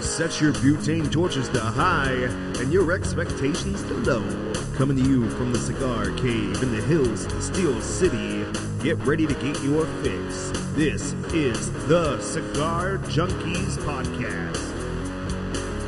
sets your butane torches to high and your expectations to low. Coming to you from the cigar cave in the hills of the Steel City, get ready to get your fix. This is the Cigar Junkies Podcast.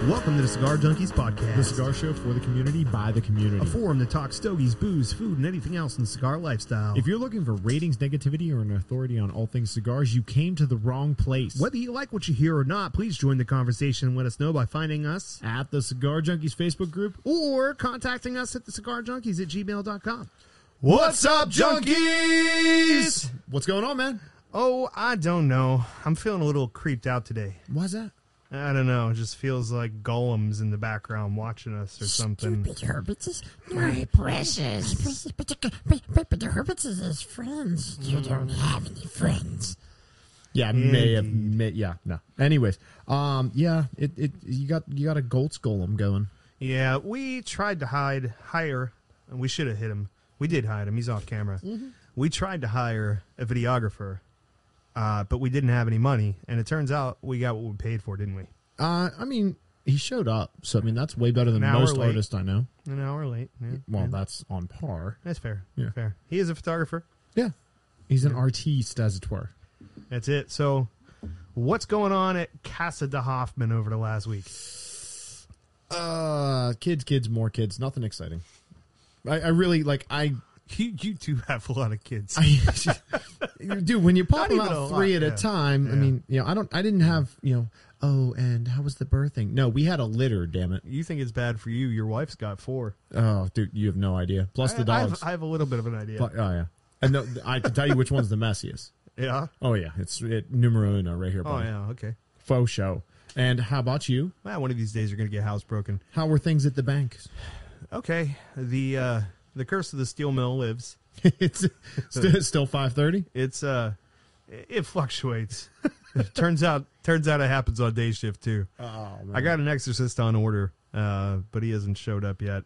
Welcome to the Cigar Junkies Podcast, The cigar show for the community by the a community. forum to talk stogies, booze, food, and anything else in the cigar lifestyle. If you're looking for ratings, negativity, or an authority on all things cigars, you came to the wrong place. Whether you like what you hear or not, please join the conversation and let us know by finding us At the Cigar Junkies Facebook group. or contacting us at thecigarjunkies at gmail.com. What's up, junkies? What's going on, man? Oh, I don't know. I'm feeling a little creeped out today. Why's that? I don't know. It just feels like golems in the background watching us or something. Stupid Herbert is my precious. precious, But the, but, but, but the Herbert is his friends. You don't Mm. have any friends. Yeah, I may have. May, yeah, no. Anyways, um, yeah, it, it you got you got a Goltz golem going. Yeah, we tried to hide, hire, and we should have hit him. We did hide him. He's off camera. We tried to hire a videographer, uh, but we didn't have any money. And it turns out we got what we paid for, didn't we? Uh, I mean, he showed up, so I mean that's way better than An hour most late. artists I know. An hour late. Yeah. Well, yeah. that's on par. that's fair. Yeah. Fair. He is a photographer. Yeah, he's an artiste, as it were. That's it. So, what's going on at Casa de Hoffman over the last week? Uh, kids, kids, more kids. Nothing exciting. I, I really like. I, You you do have a lot of kids. I dude, when you pop Not them even a out lot, three at yeah. a time. I Yeah. mean, you know, I don't. I didn't have you know. Oh, and how was the birthing? No, we had a litter. Damn it. you think it's bad for you? Your wife's got four. Oh, dude, you have no idea. Plus the I, I have- dogs. I have a little bit of an idea. Pl- oh yeah, and no, I can tell you which one's the messiest. yeah. Oh yeah, it's it, numero uno right here. Oh buddy. yeah. Okay. Faux show. And how about you? Well, one of these days you're gonna get housebroken. How were things at the bank? Okay. The uh, the curse of the steel mill lives. it's st- still five thirty. It's uh, it fluctuates. turns out turns out it happens on day shift too. Oh man. I got an exorcist on order, uh, but he hasn't showed up yet.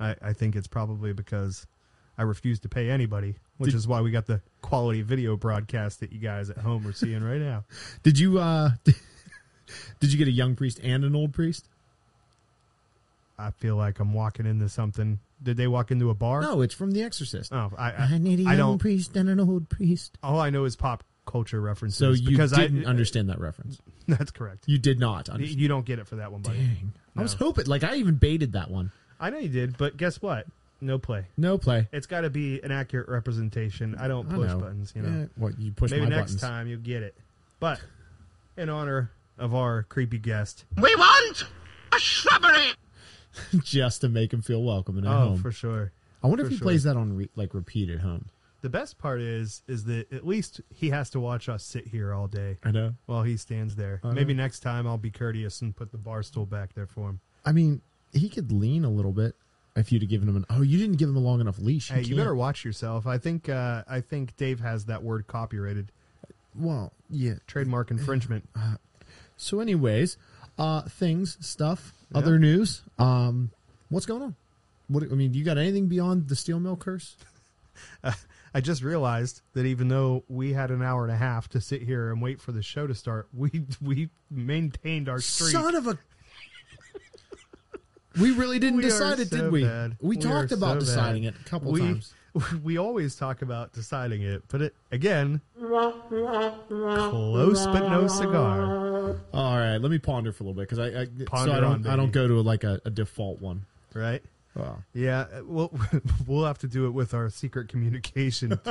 I, I think it's probably because I refuse to pay anybody, which is why we got the quality video broadcast that you guys at home are seeing right now. Did you uh did you get a young priest and an old priest? I feel like I'm walking into something. Did they walk into a bar? No, it's from The Exorcist. Oh, I, I, I need a I young don't. priest and an old priest. all I know is pop culture references. So you because didn't I, understand that reference. That's correct. You did not understand. You don't get it for that one, buddy. Dang. I was No. hoping like I even baited that one. I know you did, but guess what? No play. No play. It's got to be an accurate representation. I don't I push know. buttons, you know. Yeah, what you push Maybe my next buttons. time you'll get it. But in honor of our creepy guest, We want a shrubbery. just to make him feel welcome and at oh home. for sure. I wonder for if he sure. plays that on re- like repeat at home. The best part is is that at least he has to watch us sit here all day I know. while he stands there. know. Maybe next time I'll be courteous and put the bar stool back there for him. I mean, he could lean a little bit if you'd have given him an Oh, you didn't give him a long enough leash. Hey, you can't- better watch yourself. I think uh, I think Dave has that word copyrighted, Well, yeah. trademark infringement. So, anyways, uh, things, stuff, other news. Um, what's going on? What I mean, you got anything beyond the steel mill curse? I just realized that even though we had an hour and a half to sit here and wait for the show to start, we we maintained our streak. Son of a. We really didn't We are decide it, so did we? bad. We, are talked about so bad. deciding it a couple we, times. We always talk about deciding it, but it again, close but no cigar. All right, let me ponder for a little bit because I, I so Ponder I don't on, I don't go baby. to like a, a default one. Right? Oh. Yeah, uh, we'll we'll have to do it with our secret communication.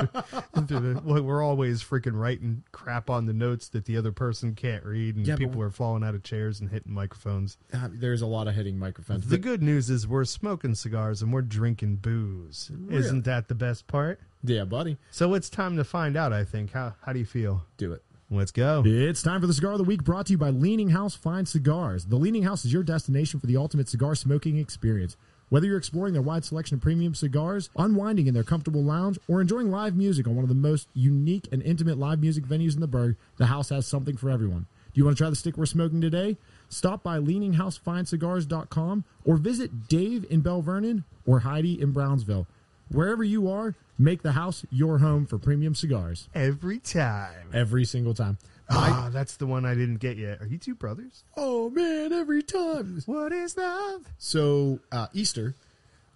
Well, We're always freaking writing crap on the notes that the other person can't read, and Yeah, but- people are falling out of chairs and hitting microphones. Uh, There's a lot of hitting microphones. The good news is we're smoking cigars and we're drinking booze. Isn't that the best part? yeah, buddy, So it's time to find out. I think. How how do you feel? do it. Let's go. It's time for the cigar of the week brought to you by Leaning House Fine Cigars. The Leaning House is your destination for the ultimate cigar smoking experience. Whether you're exploring their wide selection of premium cigars, unwinding in their comfortable lounge, or enjoying live music on one of the most unique and intimate live music venues in the burg, the house has something for everyone. Do you want to try the stick we're smoking today? Stop by leaninghousefindcigars.com or visit Dave in Bell Vernon or Heidi in Brownsville. Wherever you are, make the house your home for premium cigars Every time. every single time. Ah, that's the one I didn't get yet. Are you two brothers? Oh man, every time. What is love? So uh, Easter,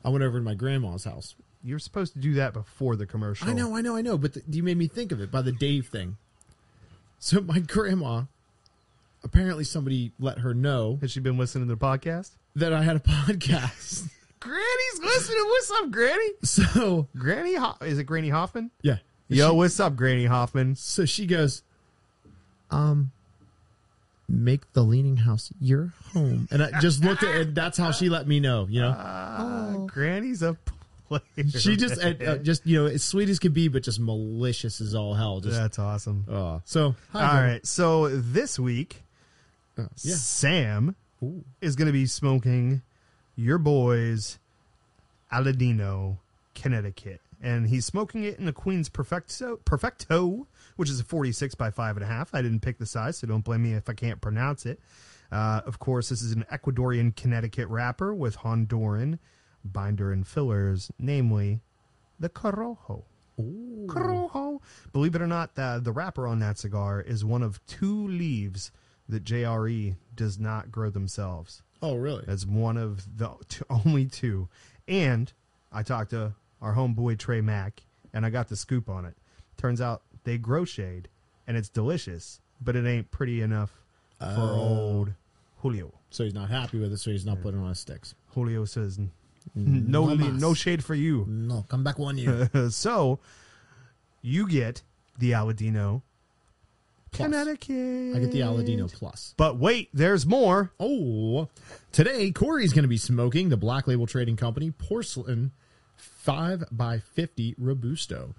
I went over to my grandma's house. Oh. You're supposed to do that before the commercial. I know, I know, I know. But the, you made me think of it by the Dave thing. So my grandma, apparently somebody let her know Has she been listening to the podcast? that I had a podcast. Granny's listening. What's up, Granny? So Granny, Ho- is it Granny Hoffman? yeah, Yo, what's up, Granny Hoffman? So she goes, um, make the leaning house your home. And I just looked at, and that's how she let me know. You know, Granny's a player. Oh. she just, uh, uh, just you know, as sweet as could be, but just malicious as all hell. Just That's awesome. uh, so. Hi, All Grandma. right. So this week, yeah. Sam is going to be smoking your boy's Aladino, Connecticut. And he's smoking it in the Queen's Perfecto, Perfecto, which is a 46 by 5.5. I didn't pick the size, so don't blame me if I can't pronounce it. Uh, of course, this is an Ecuadorian Connecticut wrapper with Honduran binder and fillers, namely the Corojo. Corojo. Believe it or not, the, the wrapper on that cigar is one of two leaves that JRE does not grow themselves. Oh, really? That's one of the t- only two. And I talked to our homeboy Trey Mack, and I got the scoop on it. Turns out they grow shade, and it's delicious, but it ain't pretty enough for old Julio. So he's not happy with it. So he's not putting on his sticks. Julio says, "N- "No, no li- mas." no shade for you." No, come back one year. so you get the Aladino, Plus. Connecticut. I get the Aladino Plus. But wait, there's more. Oh, today Corey's going to be smoking the Black Label Trading Company Porcelain 5 by 50 Robusto.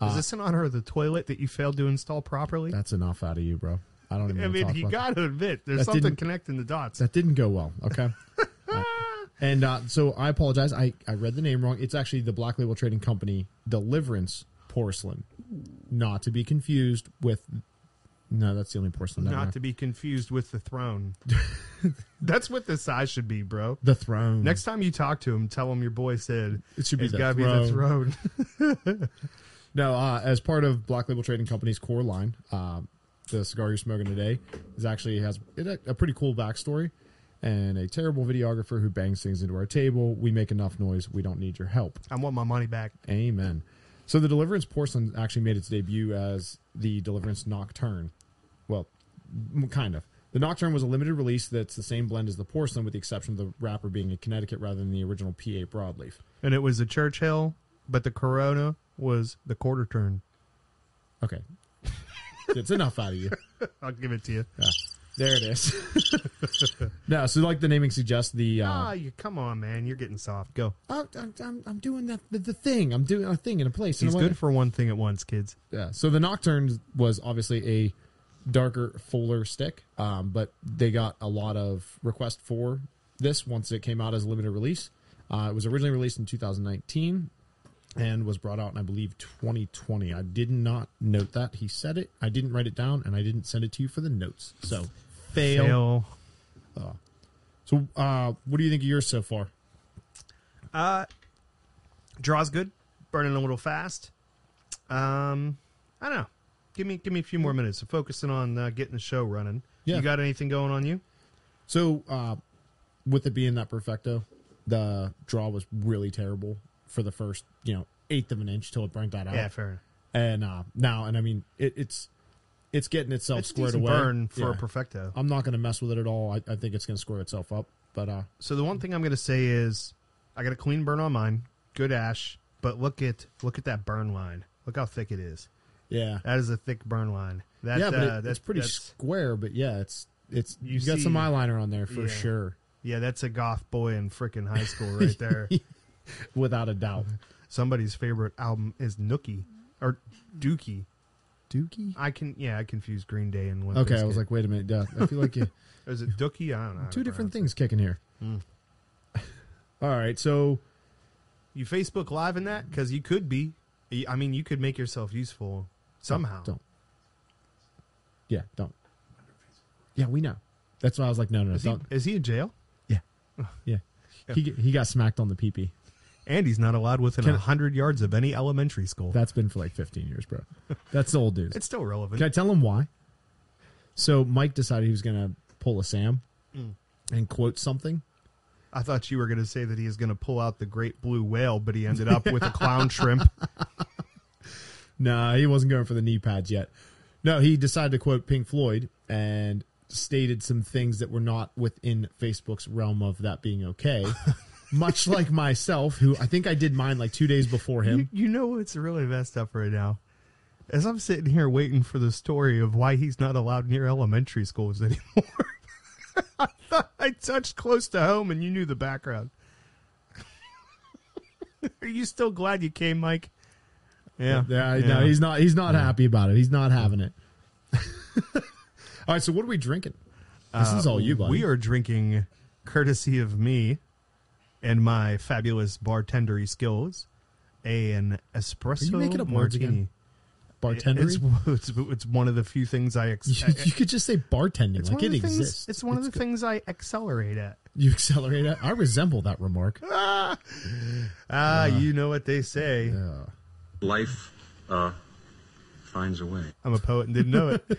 Ah. Is this in honor of the toilet that you failed to install properly? That's enough out of you, bro. I don't even I wanna mean, talk you about got to admit, there's That something didn't- connecting the dots. that didn't go well. Okay. Uh, and uh, so I apologize. I, I read the name wrong. It's actually the Black Label Trading Company Deliverance Porcelain, not to be confused with. No, that's the only porcelain. Never Not mind. to be confused with the throne. That's what the size should be, bro. the throne. Next time you talk to him, tell him your boy said It should be it's the gotta be the throne. No, uh, as part of Black Label Trading Company's core line, um, the cigar you're smoking today is actually has it a, a pretty cool backstory and a terrible videographer who bangs things into our table. We make enough noise. We don't need your help. I want my money back. Amen. So the Deliverance porcelain actually made its debut as the Deliverance Nocturne. Well, m- kind of. The Nocturne was a limited release that's the same blend as the porcelain, with the exception of the wrapper being in Connecticut rather than the original PA broadleaf. And it was a Churchill, but the Corona was the quarter turn. Okay, it's enough out of you. I'll give it to you. There it is. no, so like the naming suggests, the Ah, uh, you come on, man. You're getting soft. Go. oh, I'm, I'm, I'm doing that the, the thing. I'm doing a thing in a place. He's in a way. good for one thing at once, kids. yeah. So the Nocturne was obviously a darker, fuller stick, um, but they got a lot of requests for this once it came out as a limited release. Uh, it was originally released in 2019 and was brought out in I believe 2020. I did not note that he said it. I didn't write it down, and I didn't send it to you for the notes. So fail. Fail. So uh, what do you think of yours so far? Draws good. Burning a little fast. Um, I don't know. Give me give me a few more minutes. So focusing on uh, getting the show running. Yeah. You got anything going on you? So, uh, with it being that perfecto, the draw was really terrible for the first, you know, eighth of an inch till it burnt that out. Yeah, fair enough. And uh, now, and I mean, it, it's it's getting itself It's a squared decent away. burn for a Yeah. Uh, perfecto. I'm not going to mess with it at all. I, I think it's going to square itself up. But uh, So the one thing I'm going to say is, I got a clean burn on mine, good ash. But look at look at that burn line. Look how thick it is. yeah, That is a thick burn line. That, yeah, but uh, it, that's it's pretty That's, square. But yeah, it's it's You you got see- some eyeliner on there for Yeah. sure, yeah, that's a goth boy in frickin' high school right there. without a doubt. Somebody's favorite album is Nookie or Dookie. Dookie. I can yeah, I confuse Green Day and Limp Okay, I was Bizkit. like, wait a minute. Duh. I feel like you. is it Dookie? I don't know. two different things kicking here. Hmm. All right, so You Facebook Live in that because you could be. You- I mean, you could make yourself useful somehow. don't. Yeah, don't. Yeah, we know. That's why I was like, no, no, no Is he, don't. is he in jail? yeah, he he got smacked on the peepee. And he's not allowed within Can- a hundred yards of any elementary school. That's been for like 15 years, bro. That's the old news. it's still relevant. Can I tell him why? So Mike decided he was going to pull a Sam Hmm. and quote something. I thought you were going to say that he is going to pull out the great blue whale, but he ended up with a clown shrimp. Nah, he wasn't going for the knee pads yet. No, he decided to quote Pink Floyd and stated some things that were not within Facebook's realm of that being okay. Much like myself, who I think I did mine like two days before You, him. you know what's really messed up right now? As I'm sitting here waiting for the story of why he's not allowed near elementary schools anymore. I thought I touched close to home and you knew the background. Are you still glad you came, Mike? Yeah. Yeah, no, he's not. He's not happy about it. He's not having it. all right, so what are we drinking? This is all you, buddy. Uh, We are drinking, courtesy of me and my fabulous bartendery skills, an espresso making up words martini. again? bartender. It's, it's, it's one of the few things I You, accept. you could just say bartending, It's like one it of the things- exists. It's one of the things I accelerate at. You accelerate it. I resemble that remark. Ah, you know what they say. life uh, finds a way. I'm a poet and didn't know it.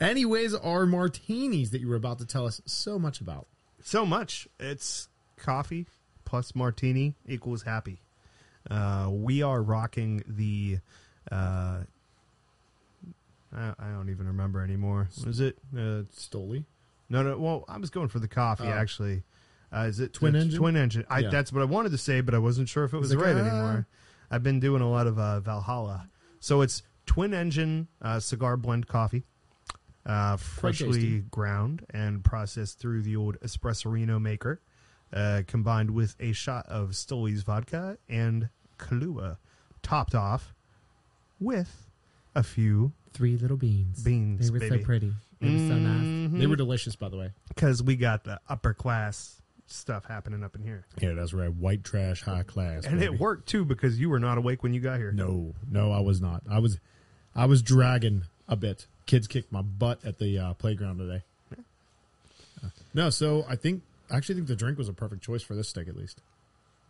Anyways, our martinis that you were about to tell us so much about. so much. It's coffee plus martini equals happy. Uh, we are rocking the. Uh, I, I don't even remember anymore. What is it? Uh, Stoli. no, no. Well, I was going for the coffee actually. Uh, is it Twin the engine? Twin engine. I, Yeah. That's what I wanted to say, but I wasn't sure if it was like, right ah. anymore. I've been doing a lot of uh, Valhalla, so it's twin engine uh, cigar blend coffee, uh, tasty. freshly ground and processed through the old espressorino maker, uh, combined with a shot of Stoli's vodka and Kahlua, topped off with a few Three little beans. Beans, They were baby. so pretty. They were so nice. Mm-hmm. They were delicious, by the way. because we got the upper class stuff happening up in here. Yeah, that's right. White trash, high class. And it worked too because you were not awake when you got here. No, no, I was not. I was, I was dragging a bit. Kids kicked my butt at the uh, playground today. Uh, No, so I think I actually think the drink was a perfect choice for this stick, at least.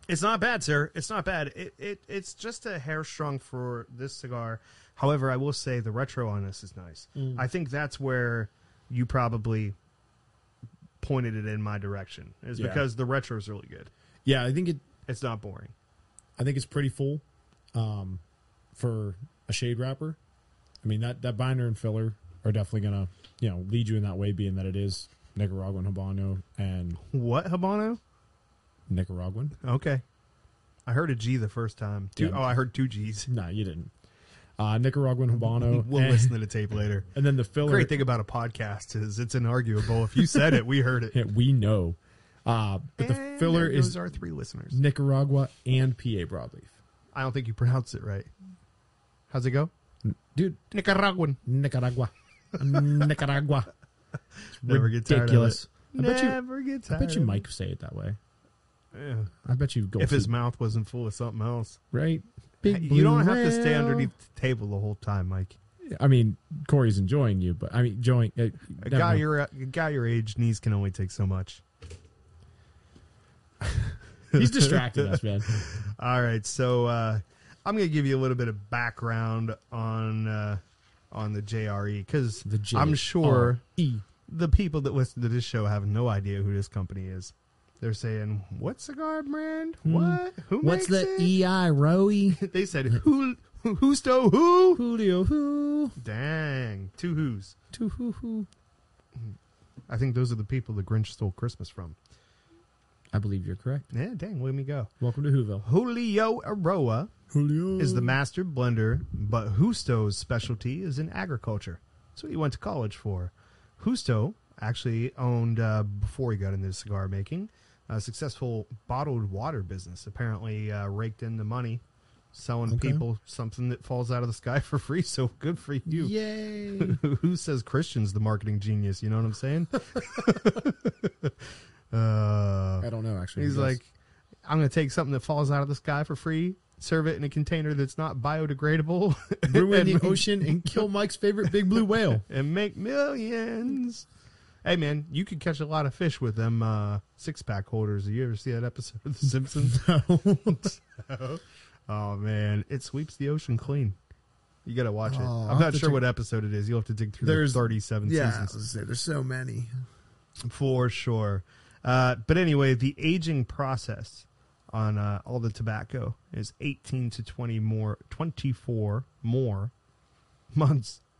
It's not bad, sir. It's not bad. It, it it's just a hair strong for this cigar. However, I will say the retro on this is nice. Mm. I think that's where you probably pointed it in my direction is Yeah. because the retro is really good. Yeah, I think it. It's not boring. I think it's pretty full, um, for a shade wrapper. I mean that that binder and filler are definitely gonna you know lead you in that way, being that it is Nicaraguan habano and What Habano? Nicaraguan. Okay, I heard a G the first time. Two, Yeah. Oh, I heard two G's. No, you didn't. Uh, Nicaraguan habano. We'll and, listen to the tape later. and then the filler. Great thing about a podcast is it's inarguable. If you said it, we heard it. Yeah, we know. Uh, but the And filler there goes is our three listeners. Nicaragua and PA broadleaf. I don't think you pronounce it right. How's it go? Dude, Nicaraguan. Nicaragua. Nicaragua. Never get tired of Ridiculous. it. I bet you- Never get I tired. bet you of it. might say it that way. Yeah. I bet you go If his mouth wasn't full of something else. right. Big You don't blue have to stay whale. underneath the table the whole time, Mike. I mean, Corey's enjoying you, but I mean, enjoying. Uh, A never guy mind. your a guy your age knees can only take so much. he's distracting us, man. All right, so uh, I'm going to give you a little bit of background on uh, on the JRE because The J I'm sure R E. the people that listen to this show have no idea who this company is. They're saying, "What cigar brand? What? Who Hmm. What's makes the E- E it?" EI Roey? they said, "Who? Who? Who stole who?" Julio, who? Dang, two who's. To who, who? I think those are the people the Grinch stole Christmas from. I believe you're correct. Yeah, dang, let me go. Welcome to Whoville. Julio Aroa Julio is the master blender, but Husto's specialty is in agriculture. That's what he went to college for. Husto actually owned, uh, before he got into cigar making, a successful bottled water business. Apparently, uh, raked in the money, selling people something that falls out of the sky for free. So good for you. Yay. Who says Christian's the marketing genius? You know what I'm saying? uh, I don't know, actually. he's Yes. like, I'm going to take something that falls out of the sky for free, serve it in a container that's not biodegradable, ruin and, the ocean and kill Mike's favorite big blue whale. and make millions. Hey, man, you could catch a lot of fish with them uh, six pack holders. You ever see that episode of The Simpsons? No. oh, man. It sweeps the ocean clean. You gotta watch it. Oh, I'll I'm have not to sure check- what episode it is. You'll have to dig through There's- the 37 Yeah, I seasons was gonna say, there's so many. for sure. Uh, but anyway, the aging process on uh, all the tobacco is 18 to 20 more, 24 more months.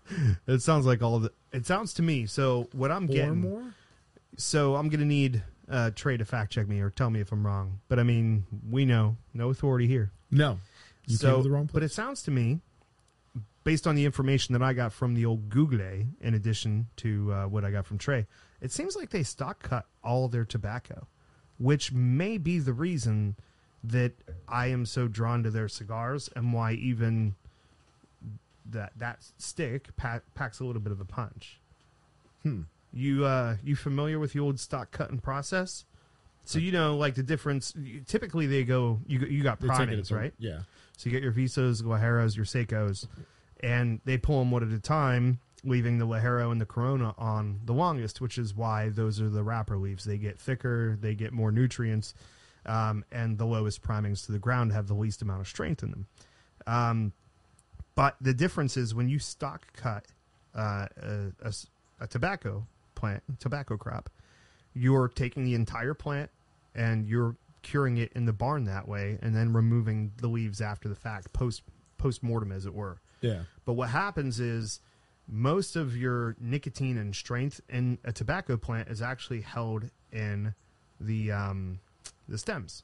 It sounds like all the. It sounds to me. So what I'm Four getting more? so I'm gonna need uh, Trey to fact check me or tell me if I'm wrong. But I mean, we know no authority here. No. You so, came to the wrong but place. it sounds to me, based on the information that I got from the old Google, in addition to uh, what I got from Trey, it seems like they stock cut all their tobacco, which may be the reason that I am so drawn to their cigars and why even that that stick pa- packs a little bit of a punch. Hmm. You uh, you familiar with the old stock cutting process? So you know, like the difference. Typically, they go you you got They take it as primings, a- right? Yeah. So you get your Visos, Guajeros, your Seicos, and they pull them one at a time, leaving the Lajero and the Corona on the longest, which is why those are the wrapper leaves. They get thicker, they get more nutrients, um, and the lowest primings to the ground have the least amount of strength in them. Um, but the difference is when you stock cut uh, a, a s- a tobacco plant, tobacco crop, you're taking the entire plant and you're curing it in the barn that way, and then removing the leaves after the fact, post post mortem, as it were. Yeah. But what happens is most of your nicotine and strength in a tobacco plant is actually held in the um, the stems.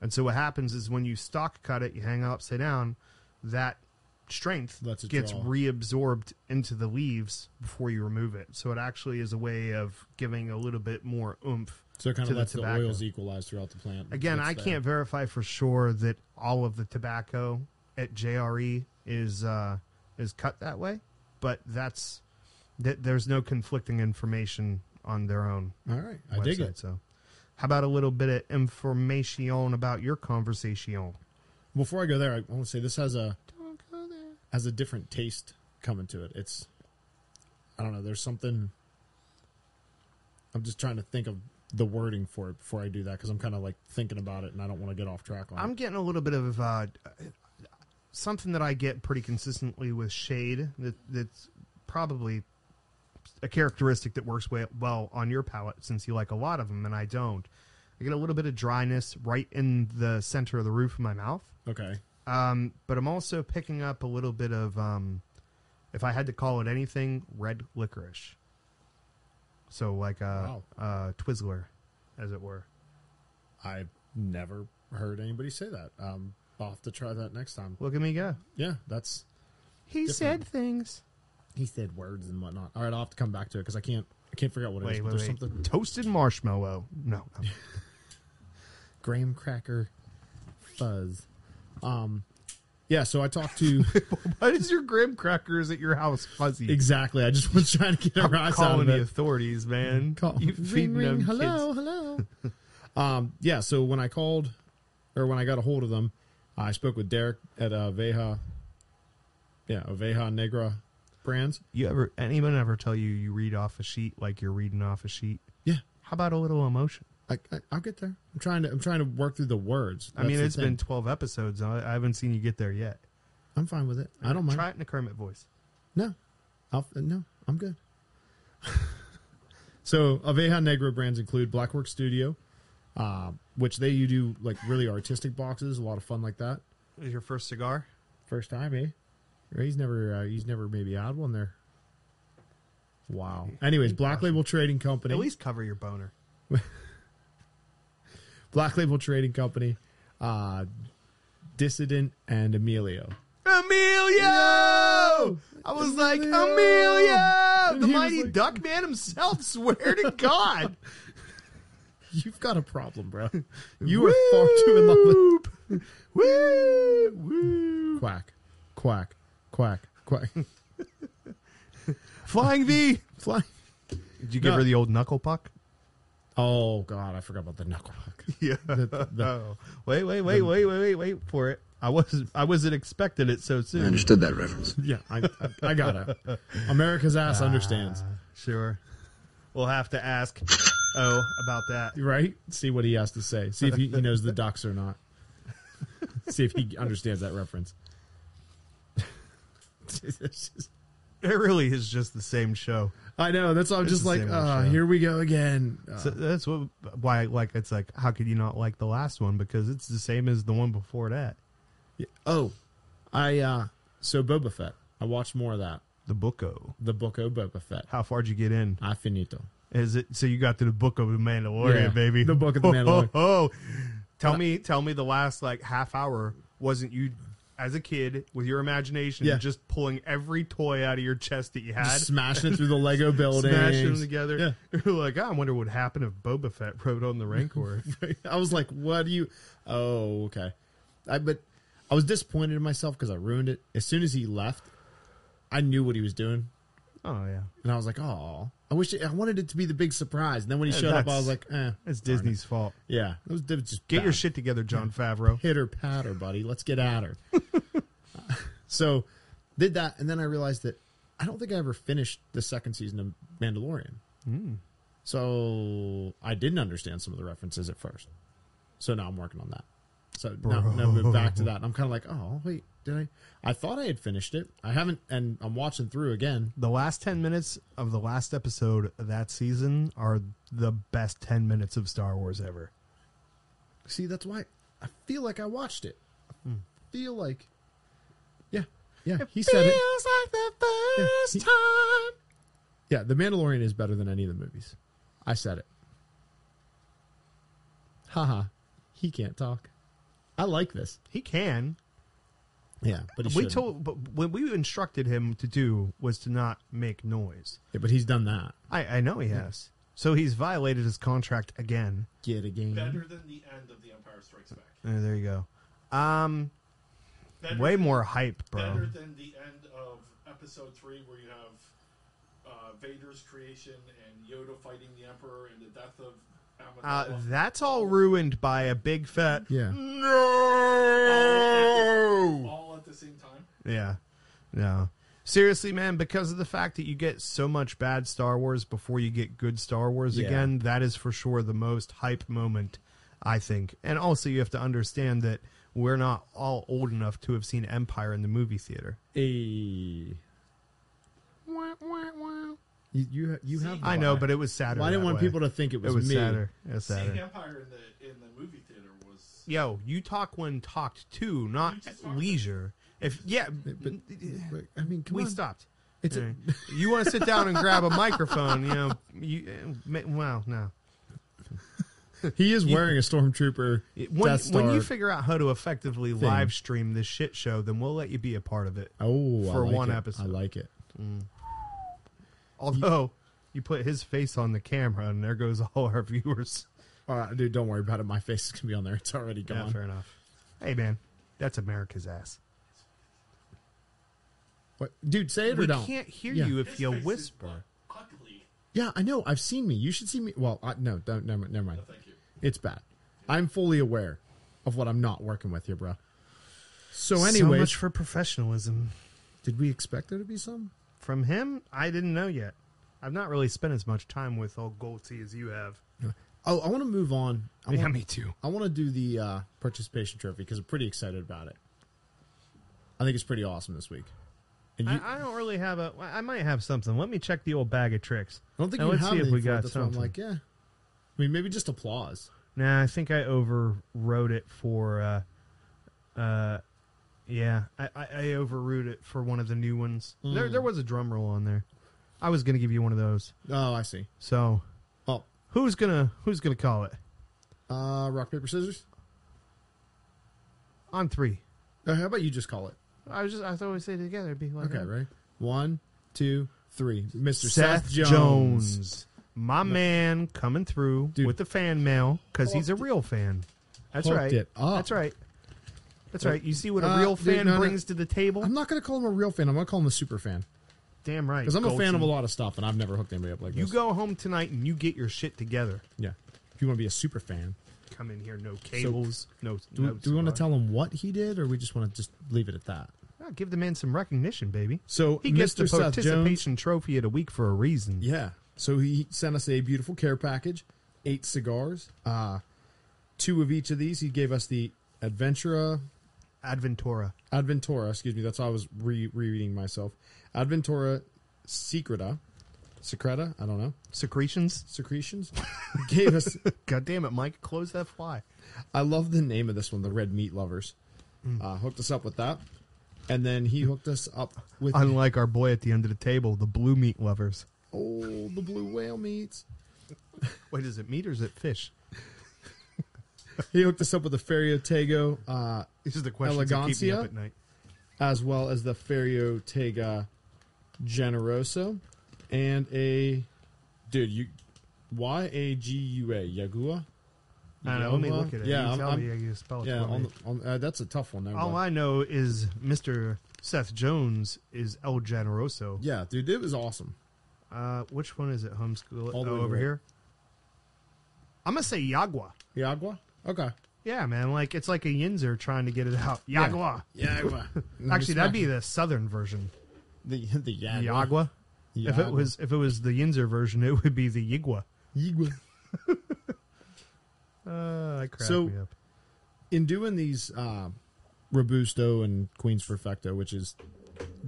And so what happens is when you stock cut it, you hang it upside down, that strength Lets it gets draw. reabsorbed into the leaves before you remove it. So it actually is a way of giving a little bit more oomph. So it kind to of lets the, tobacco. oils equalize throughout the plant. Again, That's I there. can't verify for sure that all of the tobacco at JRE is uh, is cut that way, but that's that there's no conflicting information on their own. All right. I dig website, it. So, how about a little bit of information about your conversation? Before I go there, I want to say this has a has a different taste coming to it. It's I don't know. There's something. I'm just trying to think of the wording for it before I do that because I'm kind of like thinking about it and I don't want to get off track on I'm it. getting a little bit of uh, something that I get pretty consistently with shade. That that's probably a characteristic that works way, well on your palate since you like a lot of them and I don't. I get a little bit of dryness right in the center of the roof of my mouth, Okay. um, but I'm also picking up a little bit of, um, if I had to call it anything, red licorice. So like a, a Twizzler, as it were. I've never heard anybody say that. Um, I'll have to try that next time. Look at me go. Yeah, that's He said things. he said words and whatnot. All right, I'll have to come back to it because I can't I can't figure out what it is. Wait, but wait, there's wait. something Toasted marshmallow. No. no. graham cracker fuzz. Um, yeah. So I talked to Why is your graham crackers at your house fuzzy? exactly. I just was trying to get a rise out Calling of the it. authorities, man. Call- You feeding them hello, kids. hello. um, yeah. So when I called, or when I got a hold of them, I spoke with Derek at uh, Veja. Yeah, Veja Negra brands. You ever anyone ever tell you you read off a sheet like you're reading off a sheet? Yeah, How about a little emotion? I, I, I'll get there. I'm trying to. I'm trying to work through the words. I mean, it's it's been 12 episodes. I, I haven't seen you get there yet. I'm fine with it. I don't mind. Try it in a Kermit voice. No, I'll, no, I'm good. so Aveja Negra brands include Blackwork Studio, uh, which they you do like really artistic boxes, a lot of fun like that. Is your first cigar? First time, eh? Or He's never, uh, he's never maybe had one there. Wow. Anyways, Black Label Trading Company. At least cover your boner. Black Label Trading Company, uh, Dissident and Emilio. Emilio! I was like, Emilio! The he was mighty like- duck man himself, swear to God. You've got a problem, bro. You are far too in love with. Woo! Woo! Quack, quack, quack, quack. Flying V! Fly. Did you give No. her the old knuckle puck? Oh God, I forgot about the knuckle puck. Yeah. oh. Wait, wait, wait, wait, wait, wait, wait for it. I wasn't I wasn't expecting it so I soon. understood that reference. Yeah, I, I, I got it. Ah. America's ass understands, Sure. We'll have to ask Oh about that. right? See what he has to say. See if he, he knows the ducks or not. See if he understands that reference. It's just- It really is just the same show. I know. That's why I'm It's just the like, same old uh, show. here we go again. Uh, So that's what why like it's like how could you not like the last one because it's the same as the one before that. oh, I uh, so Boba Fett. I watched more of that. The Booko. The book of Boba Fett. How far'd you get in? I finito. Is it so you got to the Book of the Mandalorian, Yeah, baby? the Book of the Mandalorian. Uh, Oh, tell me, tell me the last like half hour wasn't you as a kid with your imagination Yeah. just pulling every toy out of your chest that you had, Just smashing it through the Lego building. smashing them together. You're like, "Ah, I wonder what happened if Boba Fett rode on the Rancor. I was like, "What do you?" Oh, okay. I but I was disappointed in myself because I ruined it. As soon as he left, I knew what he was doing, oh yeah, and I was like, "Oh, I wish it, I wanted it to be the big surprise." And then when he Yeah, showed up, I that's- was like, "Eh, it's Disney's fault. yeah." It was, it was just Get your bad. shit together, John Favreau. hit her pat her, buddy. Let's get at her. so did that, and then I realized that I don't think I ever finished the second season of Mandalorian. So I didn't understand some of the references at first. So now I'm working on that. So now, now move back to that. And I'm kind of like, oh wait, did I? I thought I had finished it. I haven't, and I'm watching through again. The last ten minutes of the last episode of that season are the best ten minutes of Star Wars ever. See, that's why I feel like I watched it. I feel like, yeah, yeah. he said it. like the he- time. Yeah, The Mandalorian is better than any of the movies. I said it. Haha. He can't talk. I like this. He can. Yeah, but he we shouldn't. told, but what we instructed him to do was to not make noise. Yeah, but he's done that. I, I know he has. So he's violated his contract again. Get a game. Mm-hmm. Better than the end of The Empire Strikes Back. Uh, there you go. Um, Better, way more hype, better bro. than the end of Episode Three, where you have uh, Vader's creation and Yoda fighting the Emperor and the death of Uh, Amidala. that's all ruined by a big fat. Yeah. No. all at the same time. Yeah. No. Seriously, man, because of the fact that you get so much bad Star Wars before you get good Star Wars Yeah. again, that is for sure the most hype moment, I think. And also, you have to understand that we're not all old enough to have seen Empire in the movie theater. A. You you, you have. I know, but it was sadder. Well, I didn't that want way. people to think it It was, was me. sadder. It was Seeing sadder. Empire in the in the movie theater was Yo, you talk when talked to, not just at talked. leisure. If yeah, But, I mean, come we on. stopped. It's a- All right. you want to sit down and grab a microphone, you know? You, eh, ma- well, no. he is wearing a stormtrooper. It- When, Death when you Star. figure out how to effectively live stream this shit show, then we'll let you be a part of it. oh, I for like one it. I episode. like it. Although you put his face on the camera, and there goes all our viewers. All right, dude, don't worry about it. My face is gonna be on there. It's already Yeah, gone. fair enough. Hey, man, that's America's ass. What- dude, say it We or don't. can't hear Yeah. you if His you face is whisper. ugly. Yeah, I know. I've seen me. You should see me. Well, I, no, don't. Never, never mind. Thank you. It's bad. I'm fully aware of what I'm not working with here, bro. So, so anyways, much for professionalism did we expect there to be some? from him. I didn't know yet. I've not really spent as much time with old Goldsey as you have. Oh, I want to move on. I Yeah, want, me too. I want to do the uh, participation trophy because I'm pretty excited about it. I think it's pretty awesome this week. And you, I, I, I don't really have a. I might have something. Let me check the old bag of tricks. don't think And you let's have see if anything we for it. got That's why I'm something. like, yeah. I mean, maybe just applause. Nah, I think I overwrote it for. Uh, uh, yeah, I, I, I overwrote it for one of the new ones. Hmm. There, there was a drum roll on there. I was gonna give you one of those. Oh, I see. So Oh, who's gonna who's gonna call it uh, rock paper scissors. on three? Uh, how about you just call it? I was just I thought we say it together. It'd be like Okay, right. One, two, three. Mr. Seth, Jones. My man coming through Dude. with the fan mail because he's a real fan. That's Hooked right. it up. That's right. That's right. You see what a Uh, real dude, fan no, no. brings to the table? I'm not going to call him a real fan. I'm going to call him a super fan Damn right. because I'm a fan of a Colton. lot of stuff, and I've never hooked anybody up like You this. go home tonight and you get your shit together. yeah. If you want to be a super fan, Come in here, no cables, no. do we, do we want to tell him what he did, or we just want to just leave it at that? Ah, give the man some recognition, baby. So, he gets Mr. the Seth participation trophy of the week for a reason. Yeah. So he sent us a beautiful care package, eight cigars, uh, two of each of these. He gave us the Adventura Adventura. Adventura, excuse me, that's how I was re- rereading myself. Adventura secreta, secreta, I don't know, Secretions. secretions, gave us. God damn it, Mike, close that fly. I love the name of this one, the Red Meat Lovers. Mm. Uh, hooked us up with that, and then he hooked us up with Unlike our boy at the end of the table, the blue meat lovers. oh the blue whale meats. Wait, is it meat or is it fish? He hooked us up with the Ferriotego, uh, These are the questions that keep me Elegancia? up at night. as well as the Ferriotega Generoso, and a dude you Y A G U A Yagua. I know. Let me Yagua? look at it. Yeah, you I'm- tell I'm- me how you spell it. yeah. for me. On the, on, uh, that's a tough one. There, All bud. I know is Mr. Seth Jones is El Generoso. yeah, dude, it was awesome. Uh, which one is it? Homeschool All the oh, way over to the- here. I'm gonna say Yagua. Yagua. Okay. Yeah, man. Like it's like a Yinzer trying to get it out. Yagua. Yagua. Actually, that'd be the southern version. the the Yagua. Yagua. If it Yagua. was if it was the Yinzer version, it would be the Yigua. Yagua. Uh, I cracked So- me up. in doing these uh, Robusto and Queen's Perfecto, which is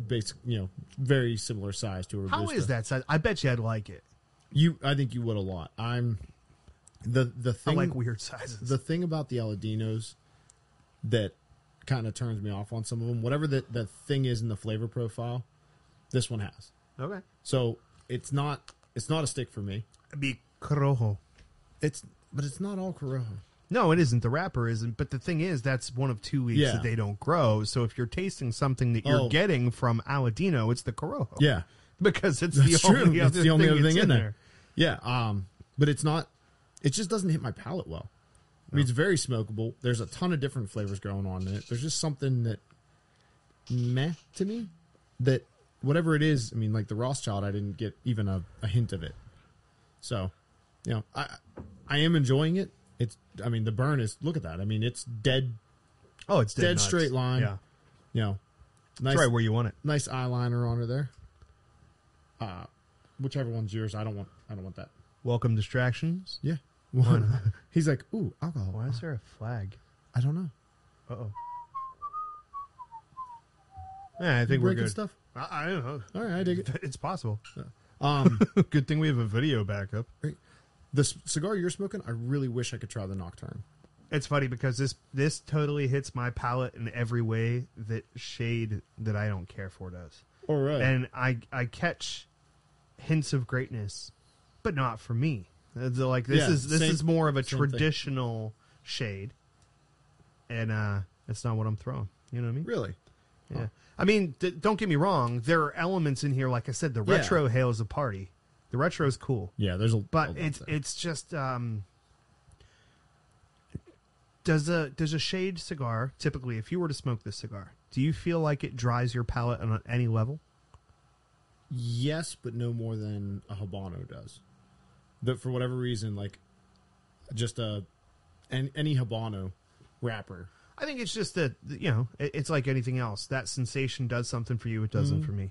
basic, you know, very similar size to a Robusto. How is that size? I bet you I'd like it. You, I think you would a lot. I'm the the I thing like weird sizes. the thing about the Aladinos that kind of turns me off on some of them. Whatever the the thing is in the flavor profile, this one has. okay. So it's not it's not a stick for me. It'd be Corojo. It's but it's not all Corojo. No, it isn't. The wrapper isn't. But the thing is, that's one of two weeks Yeah. that they don't grow. So if you're tasting something that you're Oh. getting from Aladino, it's the Corojo. Yeah, Because it's that's the true. only that's other the only thing, other that's thing in in there. Yeah, um, but it's not. It just doesn't hit my palate well. I mean, it's very smokable. There's a ton of different flavors going on in it. There's just something that meh to me. That whatever it is, I mean, like the Rothschild, I didn't get even a, a hint of it. So, you know, I I am enjoying it. It's I mean, the burn is look at that. I mean, it's dead. Oh, it's dead, Dead nuts. straight line. Yeah. You know, It's nice right where you want it. nice eyeliner on her there. Uh, whichever one's yours, I don't want. I don't want that. Welcome distractions. Yeah. One. He's like, ooh, alcohol. Why is there a flag? I don't know. Uh oh. Yeah, I think we're Breaking good. stuff. I, I don't know. All right, I dig it. It's possible. Um, good thing we have a video backup. the c- cigar you're smoking, I really wish I could try the Nocturne. It's funny because this this totally hits my palate in every way that shade that I don't care for does. All right. and I I catch hints of greatness, but not for me. Uh, the- Like this Yeah, is this same- is more of a same thing. traditional shade, and uh that's not what I'm throwing. You know what I mean? really, Yeah. I mean, d don't get me wrong. There are elements in here. Like I said, the Yeah. retro hails a party. The retro is cool, yeah. There's a a but lot it's there. it's just um. Does a does a shade cigar typically, if you were to smoke this cigar, do you feel like it dries your palate on any level? yes, but no more than a Habano does. That for whatever reason, like just a and any Habano wrapper. I think it's just that you know it, it's like anything else. That sensation does something for you. It doesn't for me.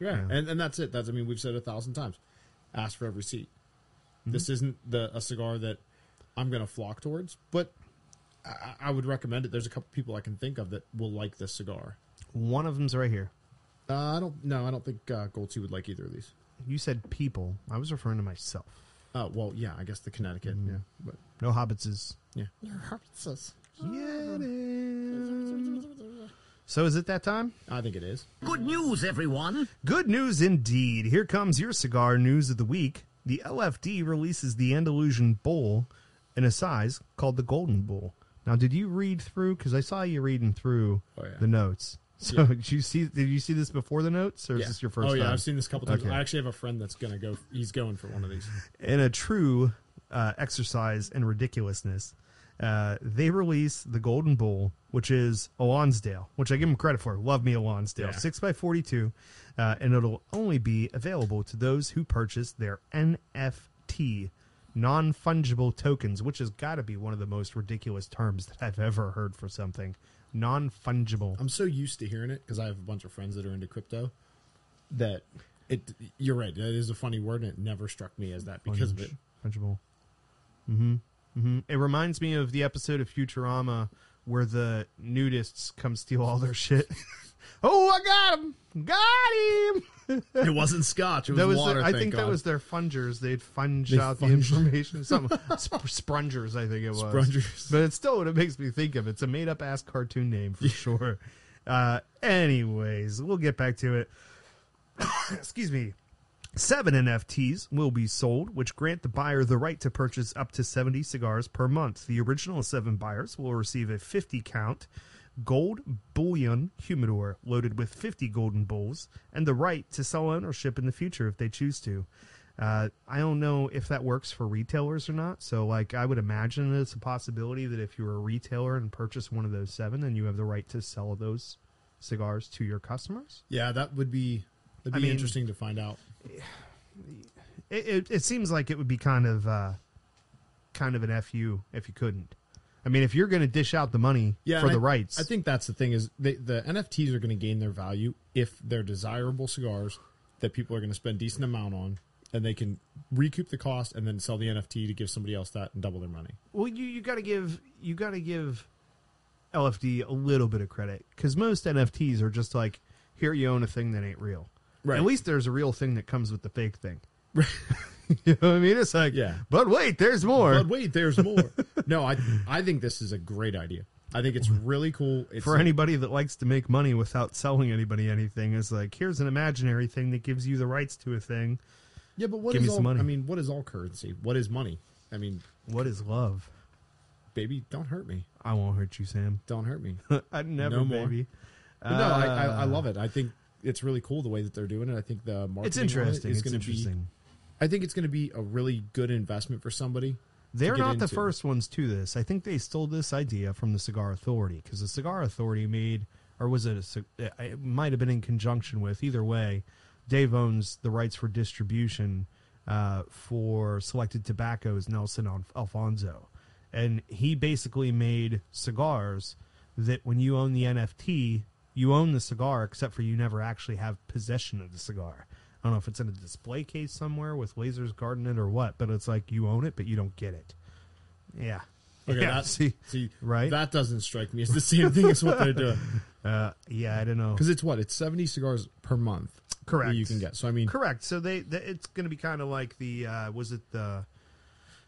Yeah, Yeah. and and that's it. That's I mean we've said it a thousand times. Ask for every seat. This isn't the a cigar that I'm going to flock towards, but I- I, I would recommend it. There's a couple people I can think of that will like this cigar. One of them's right here. Uh, I don't. No, I don't think uh, Goldsy would like either of these. You said people. I was referring to myself. Uh, well, yeah, I guess the Connecticut. Yeah, but No hobbitses. Your heart says. Yeah. it is. So is it that time? I think it is. Good news, everyone. Good news indeed. Here comes your cigar news of the week. The LFD releases the Andalusian Bowl in a size called the Golden Bowl. Now, did you read through? Because I saw you reading through Oh, yeah. the notes. So did you see? Did you see this before the notes, or Yeah. is this your first? oh yeah, time? I've seen this a couple times. Okay. I actually have a friend that's going to go. He's going for one of these. in a true uh, exercise in ridiculousness, uh, they release the Golden Bull, which is a Lonsdale, which I give them credit for. Love me a Lonsdale, Yeah. six by forty-two, uh, and it'll only be available to those who purchase their NFT, non-fungible tokens, which has got to be one of the most ridiculous terms that I've ever heard for something. Non-fungible. I'm so used to hearing it because I have a bunch of friends that are into crypto that it. You're right. That is a funny word, and it never struck me as that because of it. Fungible. Mm-hmm. Mm-hmm. It reminds me of the episode of Futurama where the nudists come steal all their shit. oh, I got him! Got him! It wasn't scotch. It was, That was water. their, I thank think that God. was their fungers. They'd funge They out funged. the information. Something Sp- sprungers, I think it was. Sprungers. But it's still what it makes me think of. It's a made up ass cartoon name for sure. Uh, anyways, we'll get back to it. Excuse me. Seven NFTs will be sold, which grant the buyer the right to purchase up to 70 cigars per month. The original seven buyers will receive a 50 count gold bullion humidor loaded with 50 golden bulls and the right to sell ownership in the future if they choose to. Uh, I don't know if that works for retailers or not. So, like, I would imagine that it's a possibility that if you're a retailer and purchase one of those seven, then you have the right to sell those cigars to your customers. Yeah, that would be that'd I be mean- interesting to find out. it, it, it seems like it would be kind of uh, kind of an fu if you couldn't. I mean, if you're going to dish out the money Yeah, for and the I- rights, I think that's the thing is they, the NFTs are going to gain their value if they're desirable cigars that people are going to spend decent amount on, and they can recoup the cost and then sell the NFT to give somebody else that and double their money. well, you you got to give you got to give LFD a little bit of credit because most NFTs are just like here you own a thing that ain't real. Right. At least there's a real thing that comes with the fake thing. you know what I mean? It's like yeah. But Oh, wait, there's more. But wait, there's more. no, I I think this is a great idea. I think it's really cool. It's for anybody that likes to make money without selling anybody anything is like here's an imaginary thing that gives you the rights to a thing. Yeah, but what is Give me all, some money. I mean, what is all currency? What is money? I mean, what is love? Baby, don't hurt me. I won't hurt you, Sam. Don't hurt me. I never, No more. baby. But no, I, I, I Uh, love it. I think it's really cool the way that they're doing it. I think the marketing on it interesting. is It's going to be. interesting. I think it's going to be a really good investment for somebody. They're to get not the into. first ones to this. I think they stole this idea from the Cigar Authority because the Cigar Authority made, or was it a, ci- it might have been in conjunction with, either way, Dave owns the rights for distribution uh, for selected tobaccos, Nelson Al- Alfonso. And he basically made cigars that when you own the NFT, you own the cigar, except for you never actually have possession of the cigar. I don't know if it's in a display case somewhere with lasers guarding it or what, but it's like you own it, but you don't get it. Yeah. Okay, yeah, that, see, see, right? That doesn't strike me as the same thing as what they're doing. Uh, yeah, I don't know. Because it's what it's seventy cigars per month. that Correct. You can get. So I mean, Correct. So they, th it's going to be kind of like the uh, was it the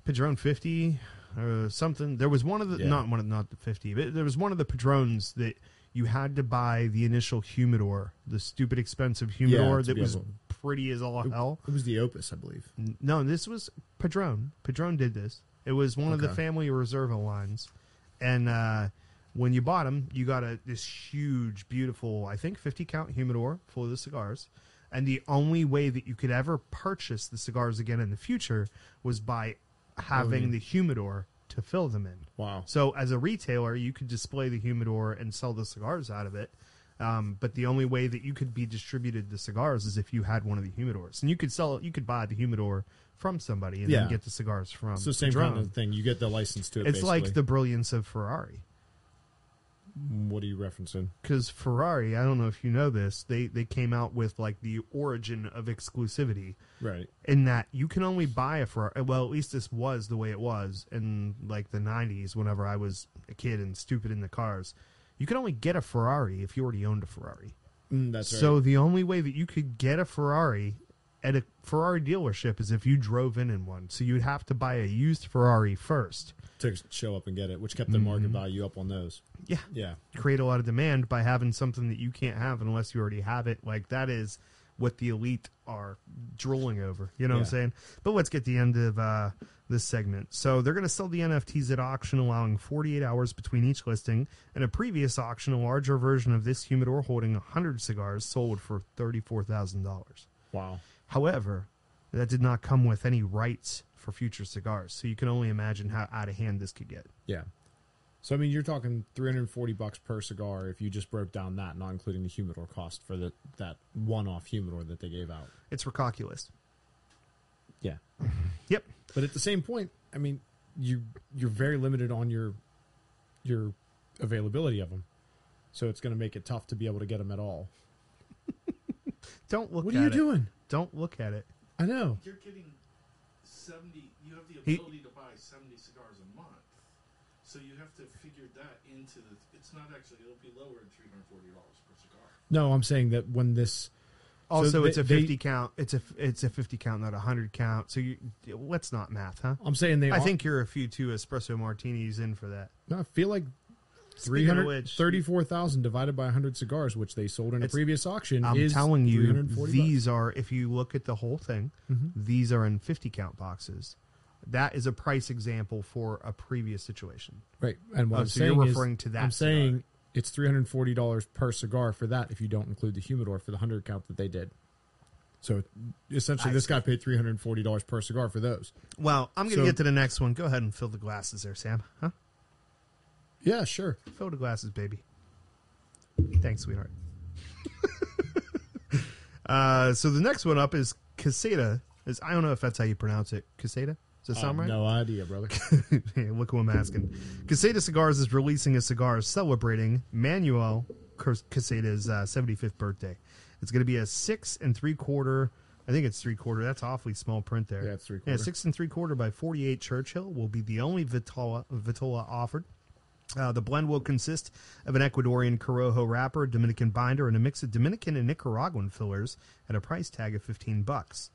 Padron fifty or something? There was one of the Yeah. not one of not the fifty, but there was one of the Padrons that you had to buy the initial humidor, the stupid expensive humidor to that be was able- pretty as all hell. it was the Opus, I believe. No, this was Padron. Padron did this. It was one of the Okay. family Reserva lines, and uh, when you bought them, you got a this huge, beautiful, I think fifty count humidor full of the cigars. And the only way that you could ever purchase the cigars again in the future was by having the humidor to fill them in. Wow. So as a retailer, you could display the humidor and sell the cigars out of it. Um, but the only way that you could be distributed the cigars is if you had one of the humidors, and you could sell, you could buy the humidor from somebody and Yeah. then get the cigars from. It's the same Padron. kind of thing. You get the license to it. It's like the basically. brilliance of Ferrari, what are you referencing? because Ferrari. I don't know if you know this. They they came out with like the origin of exclusivity, Right. in that you can only buy a Ferrari. Well, at least this was the way it was in like the 90s whenever I was a kid and stupid in the cars. You could only get a Ferrari if you already owned a Ferrari. Mm, that's right. So the only way that you could get a Ferrari at a Ferrari dealership is if you drove in in one. So you'd have to buy a used Ferrari first. to show up and get it, which kept the Mm-hmm. market value up on those. Yeah. Yeah. create a lot of demand by having something that you can't have unless you already have it. Like that is what the elite are drooling over. You know what I'm Yeah. saying? But let's get the end of uh, this segment. So they're going to sell the NFTs at auction, allowing 48 hours between each listing. In a previous auction, a larger version of this humidor holding 100 cigars sold for $34,000. Wow. However, that did not come with any rights for future cigars. So you can only imagine how out of hand this could get. Yeah. So I mean, you're talking 340 bucks per cigar if you just broke down that, not including the humidor cost for the that one-off humidor that they gave out. It's ridiculous. Yeah. Yep. But at the same point, I mean, you you're very limited on your your availability of them, so it's going to make it tough to be able to get them at all. Don't look What at are you it. doing? Don't look at it. I know. You're getting 70, you have the He- ability to buy 70 cigars a month. So you have to figure that into the. It's not actually. It'll be lower than three hundred forty dollars per cigar. No, I'm saying that when this. Also, so they- it's a they- fifty count. It's a it's a fifty count, not a hundred count. So you let's not math, huh? I'm saying they I are- think you're a few two espresso martinis in for that. No, I feel like Speaking of which- 334,000 divided by 100 cigars, which they sold in a It's- previous auction. I'm is telling you, 340 bucks. these are if you look at the whole thing, Mhm. these are in fifty count boxes. That is a price example for a previous situation. Right. And what Oh, I'm so saying you're is- referring to that. I'm saying it's $340 per cigar for that if you don't include the humidor for the 100 count that they did. So essentially, I this guy paid $340 per cigar for those. Well, I'm going to So- get to the next one. Go ahead and fill the glasses there, Sam. Huh? Yeah, sure. Fill the glasses, baby. Thanks, sweetheart. uh, so the next one up is Caseta. Is I don't know if that's how you pronounce it. Caseta. Does that I sound have right? No idea, brother. Hey, look who I'm asking. Caseta Cigars is releasing a cigar celebrating Manuel Cas- Caseta's uh, 75th birthday. It's going to be a six and three quarter. I think it's three quarter. That's awfully small print there. Yeah, it's three Yeah, quarter. six and three quarter by 48 Churchill will be the only Vitola, Vitola offered. Uh, the blend will consist of an Ecuadorian Corojo wrapper, Dominican binder, and a mix of Dominican and Nicaraguan fillers at a price tag of 15 bucks.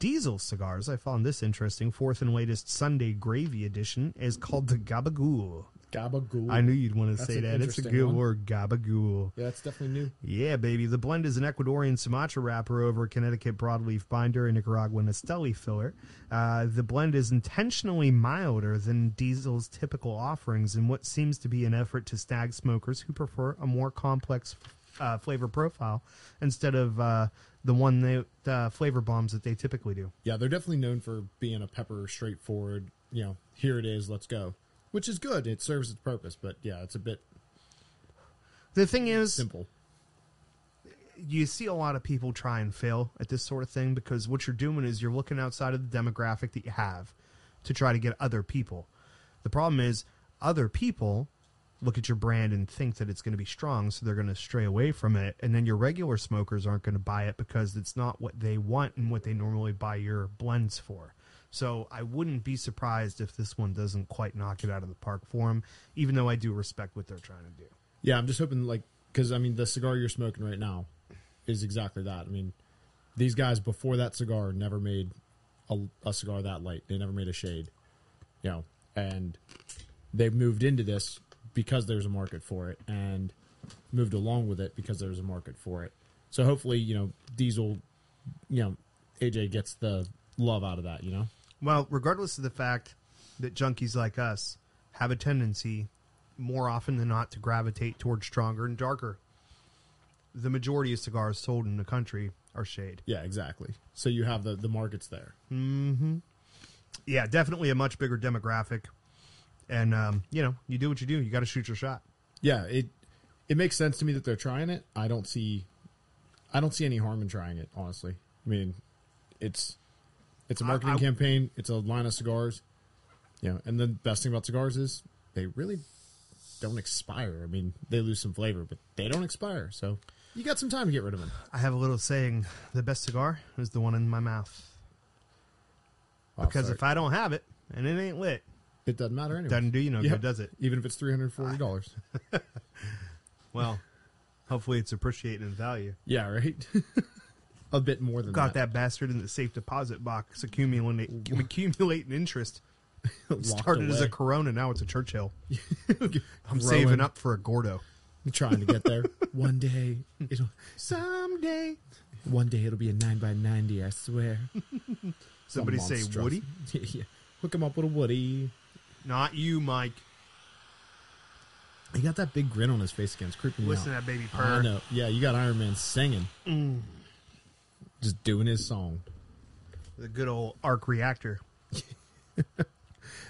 Diesel cigars, I found this interesting. Fourth and latest Sunday gravy edition is called the Gabagool. Gabagool. I knew you'd want to That's say an that. It's a interesting good one. word, Gabagool. Yeah, it's definitely new. Yeah, baby. The blend is an Ecuadorian Sumatra wrapper over a Connecticut broadleaf binder and Nicaraguan Esteli filler. Uh, the blend is intentionally milder than Diesel's typical offerings in what seems to be an effort to snag smokers who prefer a more complex uh, flavor profile instead of uh, the one that uh, flavor bombs that they typically do. Yeah, they're definitely known for being a pepper, straightforward, you know, here it is, let's go. Which is good. It serves its purpose, but yeah, it's a bit The thing is, simple. you see a lot of people try and fail at this sort of thing because what you're doing is you're looking outside of the demographic that you have to try to get other people. The problem is other people look at your brand and think that it's going to be strong, so they're going to stray away from it, and then your regular smokers aren't going to buy it because it's not what they want and what they normally buy your blends for. So I wouldn't be surprised if this one doesn't quite knock it out of the park for them, even though I do respect what they're trying to do. Yeah, I'm just hoping like because I mean the cigar you're smoking right now is exactly that. I mean, these guys before that cigar never made a, a cigar that light. They never made a shade, you know. And they've moved into this because there's a market for it, and moved along with it because there's a market for it. So hopefully, you know, Diesel, you know, AJ gets the love out of that. You know, Well, regardless of the fact that junkies like us have a tendency, more often than not, to gravitate towards stronger and darker, the majority of cigars sold in the country are shade. yeah, exactly. So you have the the markets there. Mm-hmm. Yeah, definitely a much bigger demographic. And, um, you know, you do what you do. You got to shoot your shot. yeah it it makes sense to me that they're trying it i don't see i don't see any harm in trying it honestly i mean it's it's a marketing I- campaign it's a line of cigars you know and the best thing about cigars is they really don't expire i mean they lose some flavor but they don't expire so you got some time to get rid of them I have a little saying the best cigar is the one in my mouth. Because if I don't have it and it ain't lit, it doesn't matter anyway doesn't do you no Yeah. good, does it? even if it's $340 Well, hopefully it's appreciated in value. yeah right a bit more than Got that bastard in the safe deposit box, accumulating accumulating interest. Locked Started as a away. Corona, now it's a Churchill. I'm Growing. saving up for a Gordo. trying to get there One day, it'll. Someday, One day it'll be a nine by ninety. I swear. somebody say monstrous- Woody. yeah. hook him up with a woody Not you, Mike. He got that big grin on his face again. It's creeping me Listen out. to that baby I purr. Mm. know. Yeah, you got Iron Man singing. Just doing his song. The good old arc reactor.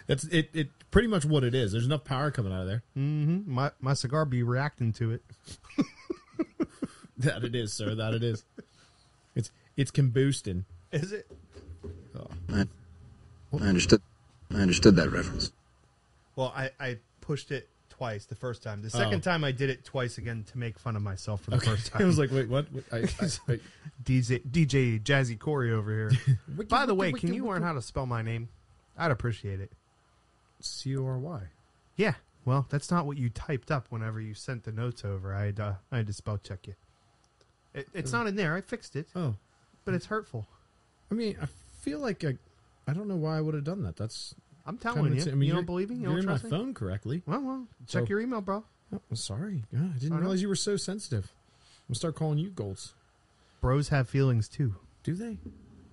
That's it, it pretty much what it is. There's enough power coming out of there. Mm-hmm. My my cigar be reacting to it. That it is, sir. That it is. It's it's combusting. Is it? Oh, I, I understood. I understood that reference. Well, I, I pushed it twice the first time. The second Oh. time I did it twice again to make fun of myself for the first time. I was like, wait, what? What? I, I, I, DJ, DJ Jazzy Corey over here. By the way, wiki, can you wiki. learn how to spell my name? I'd appreciate it. C O R Y. Yeah. Well, that's not what you typed up whenever you sent the notes over. I had, uh, I had to spell check you. It, it's not in there. I fixed it. Oh. But it's hurtful. I mean, I feel like I, I don't know why I would have done that. That's I'm kinda telling you. insane. You don't you're- believe me? You You're don't in my trust me? phone correctly. Well, well, Check your email, bro. I'm Oh, sorry. God, I didn't I know. realize you were so sensitive. I'm gonna start calling you Golds. Bros have feelings too. Do they?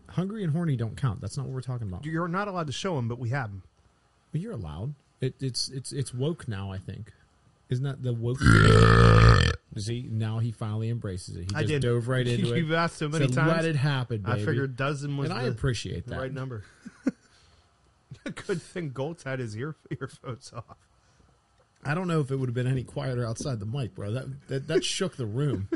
Hungry and horny don't count. That's not what we're talking about. You're not allowed to show them, but we have them. But you're allowed. It, it's it's it's woke now. I think. Isn't that the woke? See, now he finally embraces it. He just I did. dove right into it. You've asked so many Said, times. Let it happen. I baby." figured dozen was and I the- appreciate the that. right number. Good thing Goltz had his ear earphones off. I don't know if it would have been any quieter outside the mic, bro. That that, that shook the room.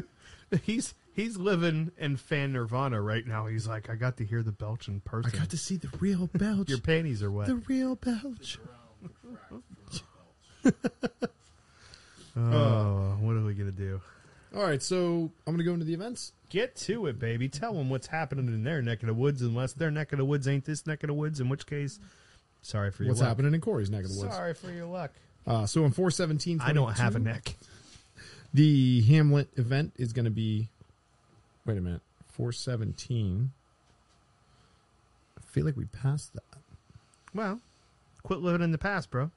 He's he's living in fan nirvana right now. He's like, I got to hear the belch in person. I got to see the real belch. Your panties are wet. The real belch. oh, what are we gonna do? All right, so I'm gonna go into the events. Get to it, baby. Tell them what's happening in their neck of the woods, unless their neck of the woods ain't this neck of the woods. In which case, sorry for your What's luck. happening in Corey's neck of the woods? Sorry for your luck. Uh, so in 417, I don't have a neck. The Hamlet event is going to be. Wait a minute. 417. I feel like we passed that. Well, quit living in the past, bro.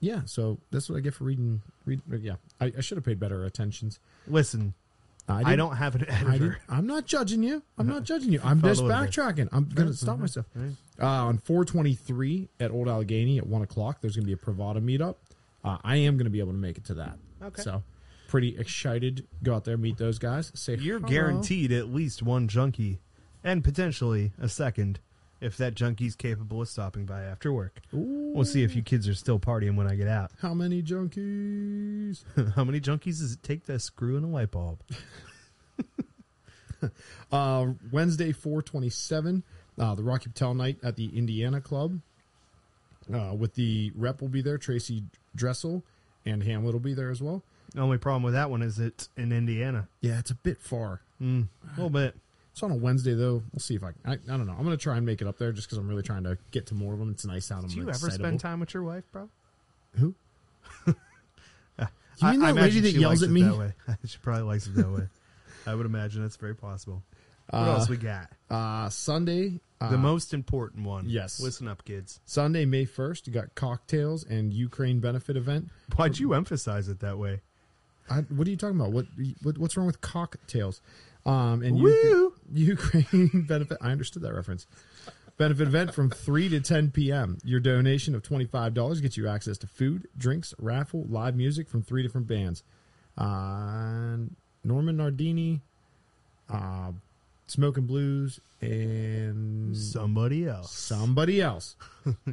Yeah, so that's what I get for reading. Read, uh, yeah, I, I should have paid better attentions. Listen, I didn't- don't have an I editor. didn't- I'm not judging you. I'm not judging you. I'm just Follow it, backtracking. I'm going to stop mhm, myself. Uh, on 423 at Old Allegheny at 1 o'clock, there's going to be a Pravada meetup. Uh, I am going to be able to make it to that. Okay. So, pretty excited. Go out there, meet those guys. Say You're hello. guaranteed at least one junkie, and potentially a second, if that junkie's capable of stopping by after work. We'll see if you kids are still partying when I get out. How many junkies? How many junkies does it take to screw in a light bulb? Uh, Wednesday, 427, uh, the Rocky Patel night at the Indiana Club. Uh, with the rep will be there, Tracy Dressel, and Hamlet will be there as well. The only problem with that one is it's in Indiana. Yeah, it's a bit far. Mm, a little bit. It's on a Wednesday though. We'll see if I. I, I don't know. I'm gonna try and make it up there just because I'm really trying to get to more of them. It's nice out. Do you ever spend time with your wife, bro? Who? mean I- I that lady imagine that she yells likes at it me? That way. she probably likes it that way. I would imagine that's very possible. What else we got? Uh, Sunday. Uh, the most important one. yes. Listen up, kids. Sunday, May first, you got cocktails and Ukraine benefit event. Why'd you emphasize it that way? I, what are you talking about? What, what what's wrong with cocktails? Um, and Woo! Ukraine, Ukraine benefit. I understood that reference. Benefit event from three to ten p.m. Your donation of twenty five dollars gets you access to food, drinks, raffle, live music from three different bands. Uh, Norman Nardini, uh, Smoking Blues, and Somebody else. Somebody else.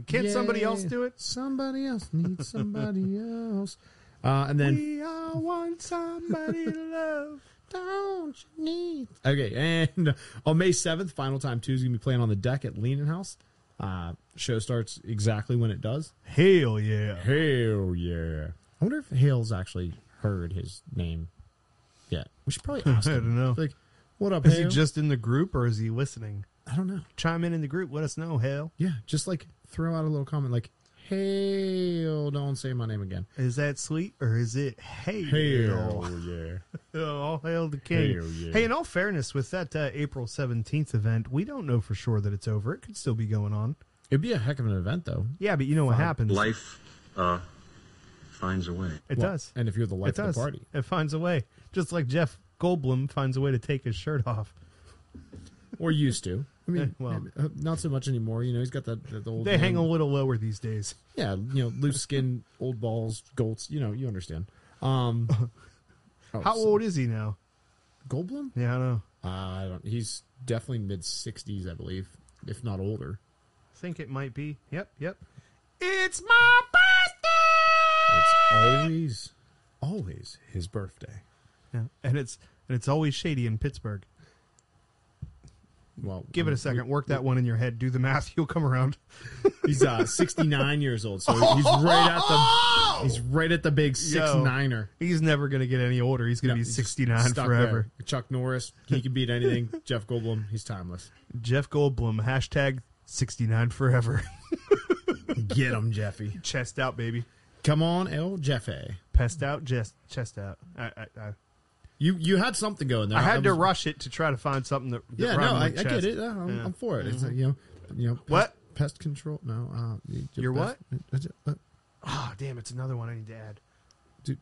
Can't somebody else Yeah. do it? Somebody else needs somebody else. Uh, and then We all want somebody to love. Don't you need? Okay, and on May seventh, Final Time Two is gonna be playing on the deck at Leaning House. Uh, show starts exactly when it does. Hell yeah. Hell yeah! I wonder if Hale's actually heard his name yet. We should probably ask I him. don't know. Like, what up, Is Hale? he just in the group or is he listening? I don't know. Chime in in the group. Let us know, Hale. Yeah, just like throw out a little comment like, "Hale, don't say my name again." Is that sweet or is it Hale? yeah! Oh, all hail the king. Hell yeah. Hey, in all fairness, with that uh, April 17th event, we don't know for sure that it's over. It could still be going on. It'd be a heck of an event, though. Yeah, but you know what happens. Life uh, finds a way. It Well, does. And if you're the life it of does. the party, It finds a way. Just like Jeff Goldblum finds a way to take his shirt off. or used to. I Eh, mean, well. uh, not so much anymore. You know, he's got that, that old. They hang man- a little lower these days. Yeah, you know, loose skin, old balls, golds. You know, you understand. Um, oh, How so- old is he now? Goldblum? Yeah, I know. Uh, I don't. He's definitely mid sixties, I believe, if not older. think it might be. Yep, yep. It's my birthday. It's always, always his birthday. Yeah, and it's and it's always shady in Pittsburgh. Well, Give it a second. Work that one in your head. Do the math. You'll come around. He's uh, sixty nine years old, so he's right at the Oh! he's right at the big six Yo, niner. He's never gonna get any older. He's gonna No, be he's just sixty nine stuck forever. there. Chuck Norris, he can beat anything. Jeff Goldblum, he's timeless. Jeff Goldblum hashtag sixty nine forever. Get him, Jeffy. Chest out, baby. Come on, El Jefe. Passed out, chest, chest out. I, I, I, you you had something going there. I had I'm- to rush it to try to find something that. that Yeah, rhymed no, I, I with get chest. it. Yeah, I'm, Yeah. I'm for it. It's Mhm. like, you know, you know, pest, What? pest control? No, uh, you- Your pest- uh, uh, Oh, damn! It's another one I need to add. Dude.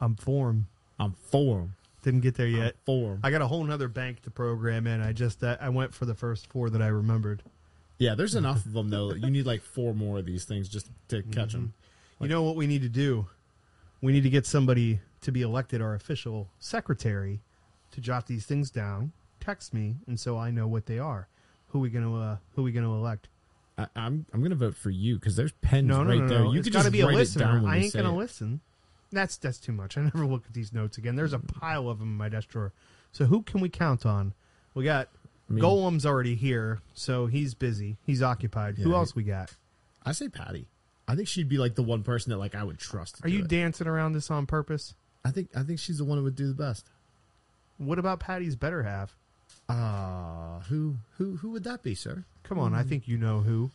I'm form. I'm form. Didn't get there yet. form. I got a whole nother bank to program in. I just uh, I went for the first four that I remembered. Yeah, there's enough of them though. that You need like four more of these things just to catch them. you know what we need to do? We need to get somebody to be elected our official secretary to jot these things down, text me, and so I know what they are. Who we gonna uh, Who we gonna elect? I, I'm I'm gonna vote for you because there's pens Mm-hmm. No, no, right no, there. no. You It's could gotta just be a write listener. it down. When I we ain't say gonna it. listen. That's that's too much. I never look at these notes again. There's a Mm. pile of them in my desk drawer. So who can we count on? We got mean- Golem's already here, so he's busy. He's occupied. who Yeah. else we got? I say Patty. I think she'd be like the one person that like I would trust. to Are do you it. dancing around this on purpose? I think I think she's the one who would do the best. What about Patty's better half? Ah, who who who would that be, sir? Come on, I Mm. think you know who.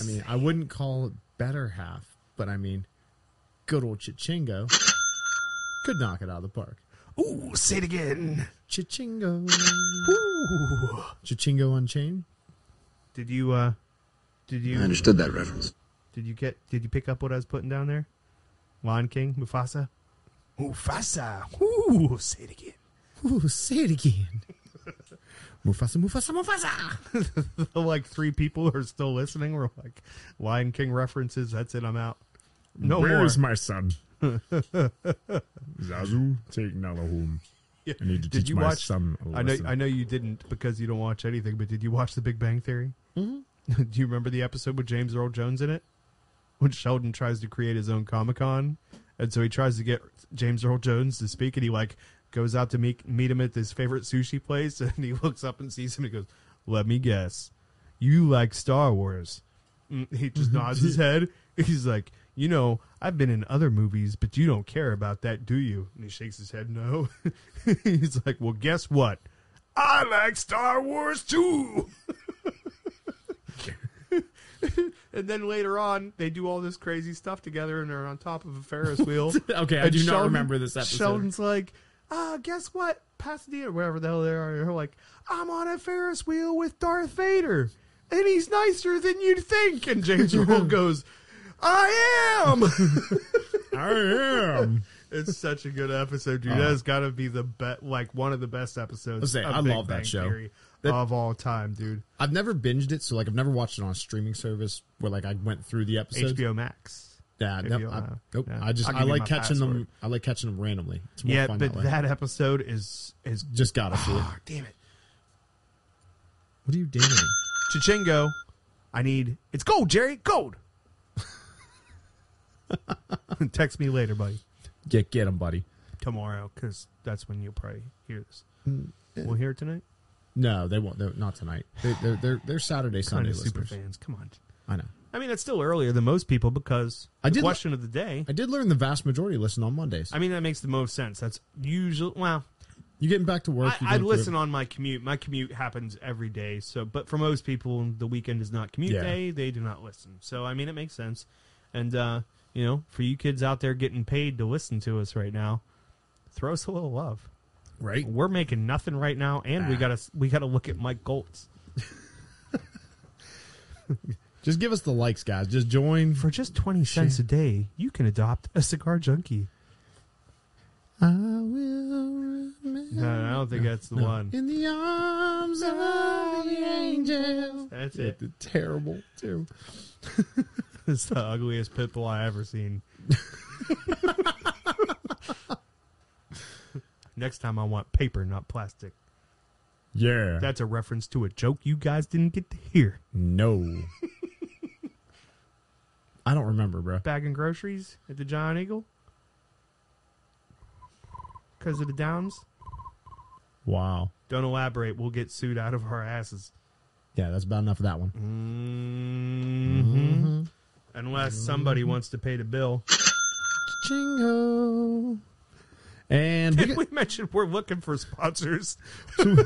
I mean, I wouldn't call it better half, but I mean, good old Chichingo could knock it out of the park. Ooh, say it again. Chichingo. Chichingo Unchained. Did you uh did you I understood that reference. Did you get did you pick up what I was putting down there? Lion King, Mufasa? Mufasa. Ooh, say it again. Ooh, say it again. Mufasa, Mufasa, Mufasa. like three people are still listening. We're like Lion King references. That's it. I'm out. No Where more. is my son? Zazu, take Nala home. Yeah. I need to did teach you my watch? son a I know. lesson. I know you didn't because you don't watch anything. But did you watch The Big Bang Theory? Mm-hmm. Do you remember the episode with James Earl Jones in it? When Sheldon tries to create his own Comic Con, and so he tries to get James Earl Jones to speak, and he like goes out to meet meet him at his favorite sushi place, and he looks up and sees him, and he goes, "Let me guess, you like Star Wars." Mm, He just nods his head. He's like, you know, I've been in other movies, but you don't care about that, do you? And he shakes his head, no. He's like, well, guess what? I like Star Wars too. and then later on, they do all this crazy stuff together, and they're on top of a Ferris wheel. Okay, I And do not remember this episode. Sheldon's like, ah, guess what? Pasadena, wherever the hell they are, they're like, I'm on a Ferris wheel with Darth Vader, and he's nicer than you'd think. And James Earl goes, I am. I am. it's such a good episode, dude. That's got to be the best, like one of the best Let's episodes. Uh-huh. say, of I Big love that Bang show. Theory That- of all time, dude. I've never binged it, so like I've never watched it on a streaming service where like I went through the episodes. HBO Max. Yeah, no, HBO, I, uh, nope. yeah. I just I'll I give you like my catching password. them. I like catching them randomly. It's more Yeah, fun but that, way. that episode is is just gotta see it. Oh, damn it, What are you doing? Chichingo. I need it's gold, Jerry, gold. Text me later, buddy. Get get him, buddy. Tomorrow, because that's when you'll probably hear this. Mm, We'll hear it tonight. No, they won't. They're, not tonight. They, they're they're they're Saturday Kind Sunday of super listeners. fans. Come on. I know. I mean, it's still earlier than most people because I the did- question of the day. I did learn the vast majority listen on Mondays. I mean, that makes the most sense. That's usually well. you getting back to work? I, you I going through listen it. on my commute. My commute happens every day. So, but for most people, the weekend is not commute Yeah. day. They do not listen. So, I mean, it makes sense. And uh, you know, for you kids out there getting paid to listen to us right now, throw us a little love. right. We're making nothing right now, and we Ah. gotta we gotta look at Mike Goltz Just give us the likes, guys. Just join. for just twenty cents a day. You can adopt a cigar junkie. I will remember No, I don't think that's the one. in the arms of the angel. That's Yeah, it. the terrible, terrible. It's the ugliest pit bull I ever seen. Next time I want paper, not plastic. Yeah. That's a reference to a joke you guys didn't get to hear. No. I don't remember, bro. Bagging groceries at the Giant Eagle because of the downs. Wow. Don't elaborate. We'll get sued out of our asses. Yeah, that's about enough of that one. Mm-hmm. Unless somebody wants to pay the bill. Jingo. And we Did we mention we're looking for sponsors? got-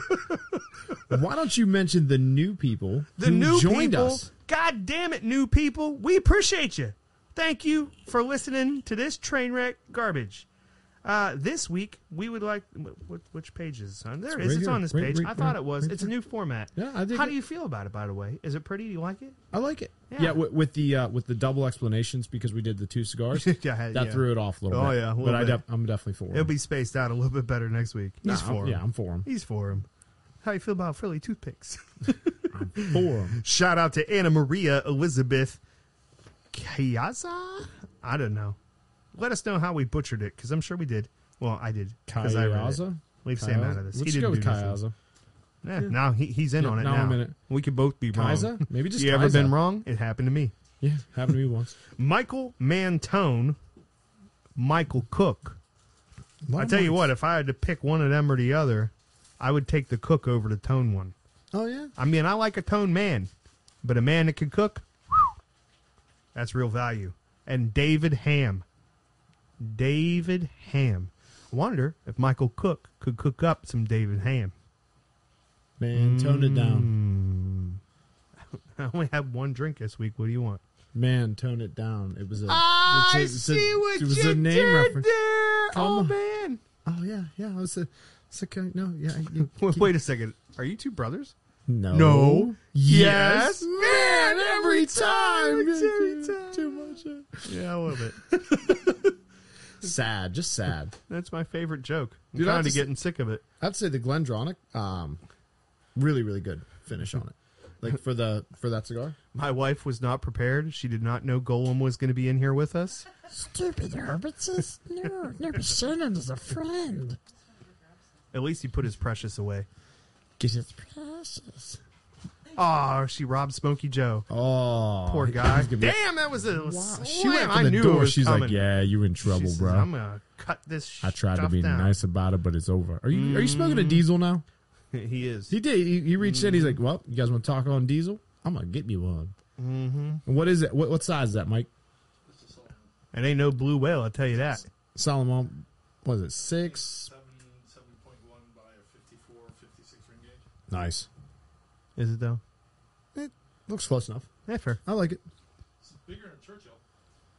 why don't you mention the new people The who new joined people. us? God damn it, new people. We appreciate you. Thank you for listening to this train wreck garbage. Uh, this week we would like wh- wh- which page is it on? There it It's right is. it's here. on this Right- page. right- I thought right- it was. right it's a new format. Yeah, I dig How it. do you feel about it? By the way, is it pretty? Do you like it? I like it. Yeah. Yeah, with, with the uh, with the double explanations because we did the two cigars. Yeah, that yeah. threw it off a little Oh, bit. yeah, a little but I bit. def- I'm definitely for It'll it. be spaced out a little bit better next week. Nah, He's I'm- for him. yeah, I'm for him. He's for him. How you feel about Philly toothpicks? for him. Shout out to Anna Maria Elizabeth Kayaza. I don't know. Let us know how we butchered it because I'm sure we did. Well, I did. 'cause I read it. Kayaza? Leave Sam out of this. Let's he didn't go with do nothing. Kayaza. Yeah, Yeah. Now he, he's in Yeah, on it now now. I'm in it. We could both be wrong. Kaisa? Maybe just you ever been Kaisa. wrong? It happened to me. Yeah, happened to me once. Michael Mantone, Michael Cook. I tell you what, if I had to pick one of them or the other, I would take the Cook over the Tone one. Oh yeah. I mean, I like a toned man, but a man that can cook, that's real value. And David Ham. David Ham. Wonder if Michael Cook could cook up some David Ham. Man, tone it Mm. down. I only had one drink this week. What do you want? Man, tone it down. It was a. I it's a- it's a- see what it was you a name did reference. there. oh Come man. Oh yeah, yeah. I was a, it's a kind- no, yeah. you- Wait, wait a second. Are you two brothers? No. No. Yes. man. Every time. Every time. Too much. Yeah, I love it. Sad, just sad. That's my favorite joke. I'm Dude, I have kind to of s- getting sick of it. I'd say the Glendronic, um, really, really good finish on it. Like for the for that cigar. My wife was not prepared. She did not know Golem was going to be in here with us. Stupid Herbertses? No, never seen him as a friend. At least he put his precious away. Get his Precious. Oh, she robbed Smokey Joe. Oh, poor guy. he's gonna be- Damn, that was a slam. She went I to knew the it door. was She's coming. like, "Yeah, you in trouble, She says, bro." I'm gonna cut this. Sh- I tried to stuff be down." Mm. nice about it, but it's over. Are you are you smoking a diesel now? He is. He did. He, he reached Mm. in. He's like, "Well, you guys want to talk on diesel? I'm gonna get me one." Mm-hmm. And What is it? What, what size is that, Mike? It ain't no blue whale. I'll tell you that. Solomon, was it six? Nice. Is it though? It looks close enough. Yeah, fair. I like it. It's bigger than Churchill.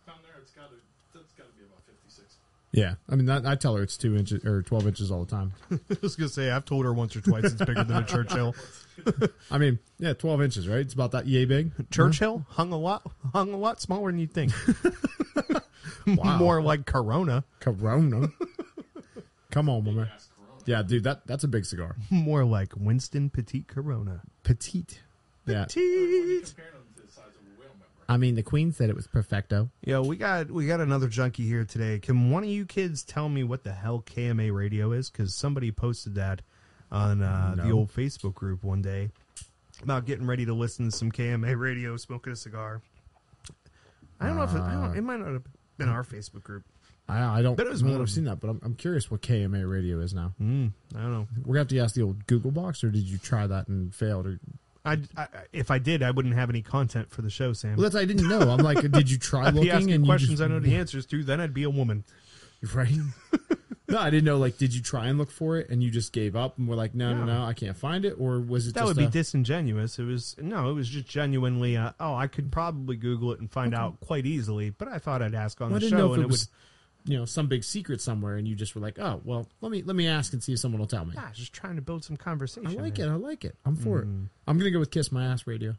Down there, it's got to. That's got to be about fifty-six. Yeah, I mean, I, I tell her it's two inches or twelve inches all the time. I was gonna say I've told her once or twice it's bigger than a Churchill. I mean, yeah, twelve inches, right? It's about that yay big. Churchill hung a lot, hung a lot smaller than you think. Wow. More like Corona. Corona. Come on, my man. Yeah, dude, that that's a big cigar. More like Winston Petite Corona. Petite. Yeah. Petite. I mean, the queen said it was perfecto. Yo, we got we got another junkie here today. Can one of you kids tell me what the hell KMA radio is? Because somebody posted that on uh, the No. old Facebook group one day about getting ready to listen to some KMA radio, smoking a cigar. I don't know if it, I Uh. don't, it might not have been our Facebook group. I, I don't. But it I was don't one know of if I've seen that, but I'm, I'm curious what KMA radio is now. Mm, I don't know. We're gonna have to ask the old Google box, or did you try that and failed? Or I, I- if I did, I wouldn't have any content for the show, Sam. well, that's I didn't know. I'm like, did you try I'd be looking? asking and you questions just- I know the answers to. Then I'd be a woman. right? no, I didn't know. Like, did you try and look for it and you just gave up and were like, no, no, No. no, I can't find it, or was it That just would be a- disingenuous. It was no, it was just genuinely. Uh, oh, I could probably Google it and find out quite easily, but I thought I'd ask on Well, I the didn't know show, if and it it, was, you know, some big secret somewhere, and you just were like, oh, well, let me let me ask and see if someone will tell me. would. Gosh, just trying to build some conversation. I like there. it. I like it. I'm for it. Mm. I'm gonna go with Kiss My Ass Radio.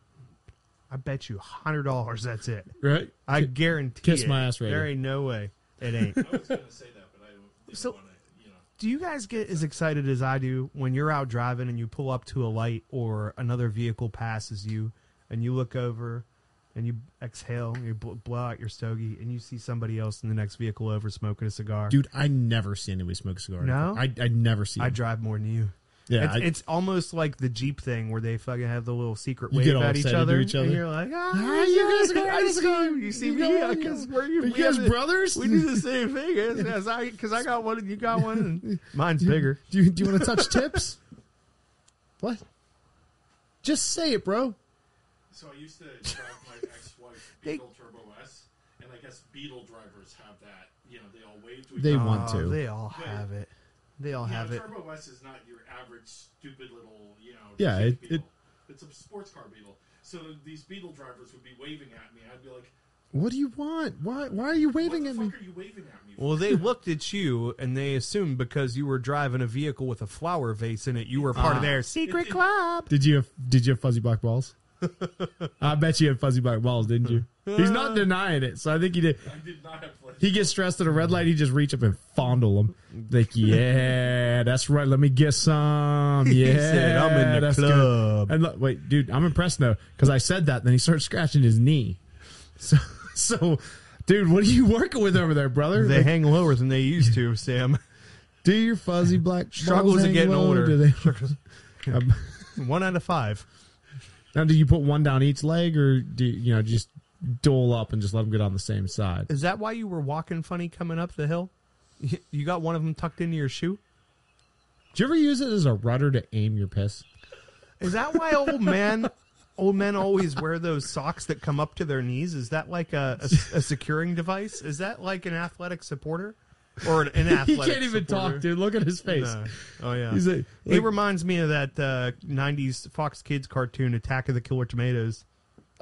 I bet you hundred dollars. That's it. Right? I Ki- guarantee. Kiss it. My Ass Radio. There ain't no way. It ain't. I was going to say that, but I didn't So- want to. You know, Do you guys get as excited as I do when you're out driving and you pull up to a light or another vehicle passes you and you look over and you exhale and you bl- blow out your stogie and you see somebody else in the next vehicle over smoking a cigar? Dude, I never see anybody smoke a cigar. No? I I never see. I it. drive more than you. Yeah, it's, I- it's almost like the Jeep thing where they fucking have the little secret You wave get all at each excited to other, each other. and you're like, ah, Ah, you guys go, I I see go. you. You see You me? go, I Because go. we're You we guys have the- brothers? We do the same thing. Because I, 'cause I got one and you got one. And mine's bigger. Do you do you want to touch tips? What? Just say it, bro. so I used to drive my ex-wife's Beetle Turbo S, and I guess Beetle drivers have that. You know, they all wave to each They other. want to. Oh, They all But- have it. They all Yeah, have it. Turbo S is not your average stupid little, you know. Yeah, shit it- it- Beetle. it's a sports car Beetle. So these Beetle drivers would be waving at me. I'd be like, What do you want? Why why are you waving at me? Well, they looked at you and they assumed because you were driving a vehicle with a flower vase in it, you were part Ah. of their secret club. Did you have, did you have fuzzy black balls? I bet you had fuzzy black balls, didn't you? He's not denying it, so I think he did. He gets stressed at a red light. He just reach up and fondle them. Like, yeah, that's right. Let me get some. He Yeah, said, "I'm in the that's good." club. And look, wait, dude, I'm impressed though because I said that. Then he starts scratching his knee. So, so, dude, what are you working with over there, brother? They Like, hang lower than they used to, Sam. Do your fuzzy black balls Struggles at hang getting low? Do older. they- Struggles- Um, One out of five. Now, do you put one down each leg, or do you, you know just dole up and just let them get on the same side? Is that why you were walking funny coming up the hill? You got one of them tucked into your shoe? Do you ever use it as a rudder to aim your piss? Is that why old men old men always wear those socks that come up to their knees? Is that like a, a, a securing device? Is that like an athletic supporter? Or an, an he athletic can't even supporter? talk, dude. Look at his face. No. Oh yeah. He's like- he reminds me of that uh, '90s Fox Kids cartoon, Attack of the Killer Tomatoes.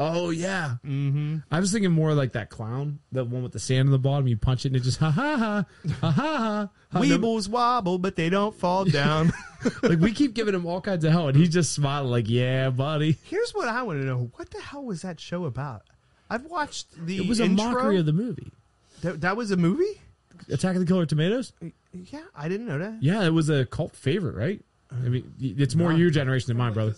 Oh yeah. Mm-hmm. I was thinking more like that clown, the one with the sand on the bottom. You punch it and it just ha ha ha ha ha. ha. Weebles wobble, but they don't fall down. like we keep giving him all kinds of hell, and he's just smiling like, "Yeah, buddy." Here's what I want to know: What the hell was that show about? I've watched the. It was a intro. mockery of the movie. That, that was a movie. Attack of the Killer Tomatoes. Yeah, I didn't know that. Yeah, it was a cult favorite, right? I mean, it's more your generation than mine, brother.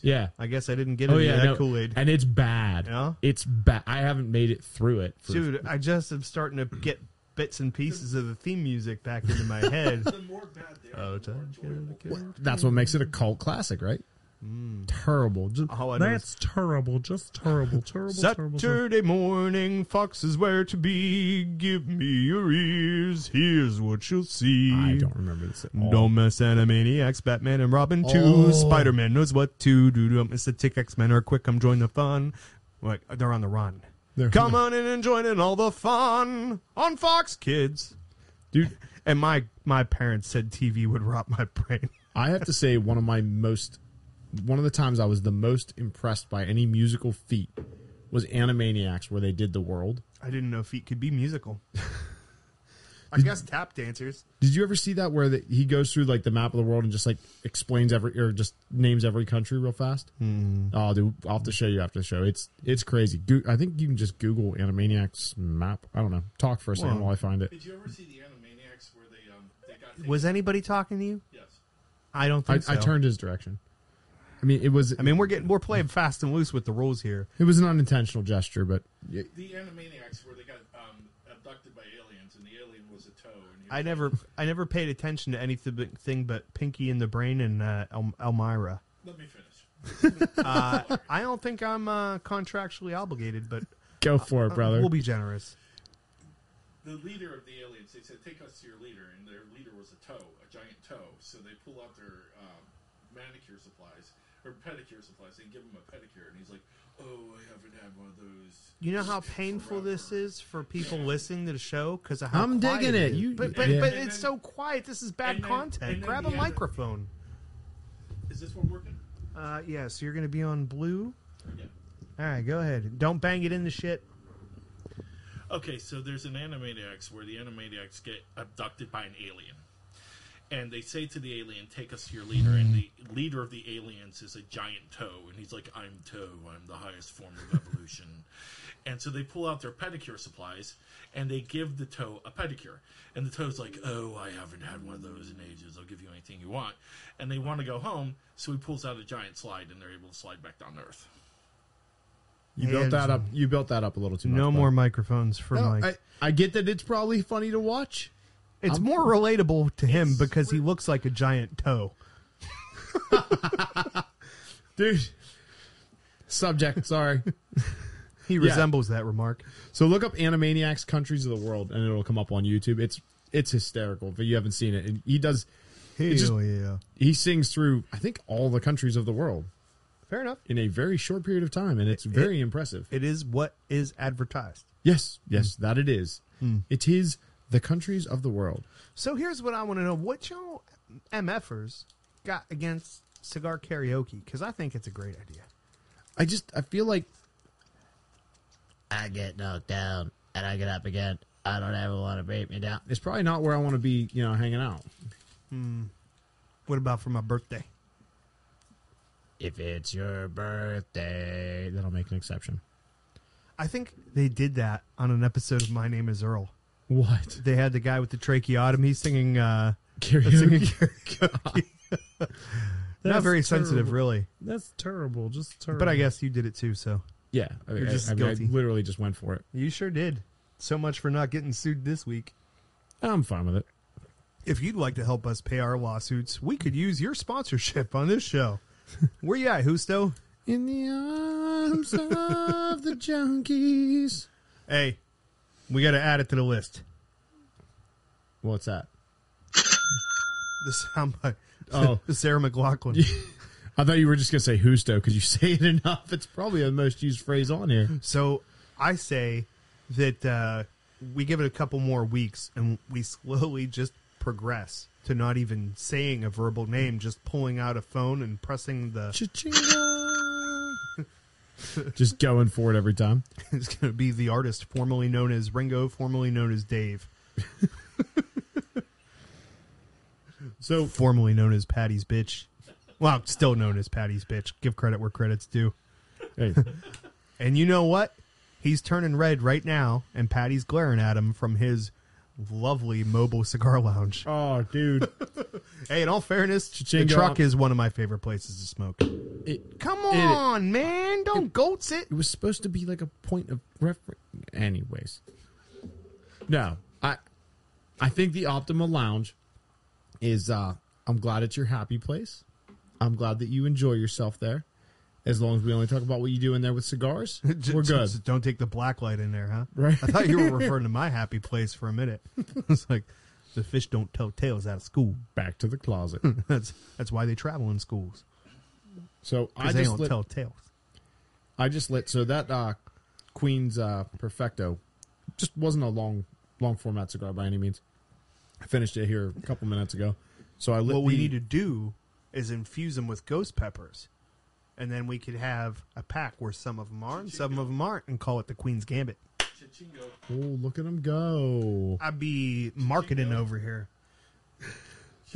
Yeah, I guess I didn't get any of that Kool Aid. Oh, and it's bad. It's bad. I haven't made it through it, for- Dude, I just am starting to get bits and pieces of the theme music back into my head. oh, That's what makes it a cult classic, right? Terrible. Just, All I know that's terrible. Just terrible. Terrible. terrible. terrible. Saturday morning, foxes where to be. Give me your ears. Here's what you'll see. I don't remember this. Don't mess Animaniacs, Batman and Robin too. Oh. Spider Man knows what to do. Don't miss the tick. X Men are quick. Come join the fun. Like they're on the run. They're- Come on in and join in all the fun on Fox Kids, dude. And my my parents said TV would rot my brain. I have to say, one of my most, one of the times I was the most impressed by any musical feat was Animaniacs, where they did the world. I didn't know feet could be musical. I guess tap dancers. Did you ever see that where the, he goes through like the map of the world and just like explains every or just names every country real fast? Hmm. Mm. Oh, dude, I'll have to show you after the show. It's it's crazy. Go- I think you can just Google Animaniacs map. I don't know. Talk for a second Well, while I find it. Did you ever see the Animaniacs where they um they got Was anybody talking to you? Yes. I don't I, think so. I turned his direction. I mean, it was. I mean, we're getting we're playing fast and loose with the rules here. It was an unintentional gesture, but y- the Animaniacs where they got um abducted by aliens and the alien was a toe and he I never I never paid attention to anything but Pinky in the Brain and uh, El- Elmira. Let me finish. uh, I don't think I'm uh, contractually obligated, but Go for it, uh, brother. We'll be generous. the leader of the aliens, they said, "Take us to your leader," and their leader was a toe, a giant toe. So they pull out their um, manicure supplies or pedicure supplies. They give him a pedicure, and he's like, "Oh, I haven't had one of those." You know how painful this is for people listening to the show because of how I'm quiet digging it. is. You- but but, yeah. but it's so quiet. This is bad content. and then Grab the a other- microphone. Is this one working? Uh, yeah, so you're gonna be on blue. All right, go ahead. Don't bang it in the shit. Okay, so there's an Animaniacs where the Animaniacs get abducted by an alien. And they say to the alien, Take us to your leader. And the leader of the aliens is a giant toe. And he's like, I'm toe. I'm the highest form of evolution. and so they pull out their pedicure supplies and they give the toe a pedicure. And the toe's like, Oh, I haven't had one of those in ages. I'll give you anything you want. And they want to go home. So he pulls out a giant slide and they're able to slide back down to Earth. you built And- that up. You built that up a little too much. No bud. more microphones for No, Mike. I, I get that it's probably funny to watch. it's I'm- more relatable to him because he looks like a giant toe. dude. Subject, sorry. He resembles that remark. So look up Animaniacs Countries of the World, and it'll come up on YouTube. It's it's hysterical, but you haven't seen it. And he does. it just- Hell yeah. He sings through, I think, all the countries of the world. Fair enough. In a very short period of time, and it's very impressive. It Mm. is what is advertised. Yes, yes, that it is. Mm. It is the countries of the world. So here's what I want to know: What y'all MFers got against cigar karaoke? Because I think it's a great idea. I just I feel like I get knocked down and I get up again. I don't ever want to beat me down. It's probably not where I want to be, you know, hanging out. Hmm. What about for my birthday? If it's your birthday, then I'll make an exception. I think they did that on an episode of My Name Is Earl. What? They had the guy with the tracheotomy singing uh, Karaoke. Singing karaoke. Not That's very sensitive, terrible. really. That's terrible. Just terrible. But I guess you did it too, so Yeah, I, you're I- just I mean, I guilty. literally just went for it. you sure did. So much for not getting sued this week. I'm fine with it. If you'd like to help us pay our lawsuits, we could use your sponsorship on this show. Where you at, Husto? In the arms of the junkies. Hey, we got to add it to the list. What's that? The sound by Oh. the Sarah McLaughlin. I thought you were just gonna say "husto" because you say it enough. It's probably the most used phrase on here. So I say that uh, we give it a couple more weeks and we slowly just progress to not even saying a verbal name, just pulling out a phone and pressing the. Just going for it every time. it's going to be the artist formerly known as Ringo, formerly known as Dave. so formerly known as Patty's bitch. Well, still known as Patty's bitch. Give credit where credit's due. Hey. and you know what? He's turning red right now, and Patty's glaring at him from his lovely mobile cigar lounge. Oh, dude. hey, in all fairness, Cha-ching, the go truck up. is one of my favorite places to smoke. Come on, man. Don't goats it. It was supposed to be like a point of reference. Anyways. No. I I think the Optima Lounge is uh I'm glad it's your happy place. I'm glad that you enjoy yourself there. As long as we only talk about what you do in there with cigars, J- we're good. just Don't take the black light in there, huh? Right. I thought you were referring to my happy place for a minute. it's like the fish don't tell tales out of school. Back to the closet. that's that's why they travel in schools. So I 'Cause they just don't lit- tell tales. I just lit so that uh, Queen's uh, Perfecto just wasn't a long long format cigar by any means. I finished it here a couple minutes ago. So I lit what we the- need to do is infuse them with ghost peppers, and then we could have a pack where some of them are and some of them aren't, and call it the Queen's Gambit. Oh, look at him go! I'd be marketing over here.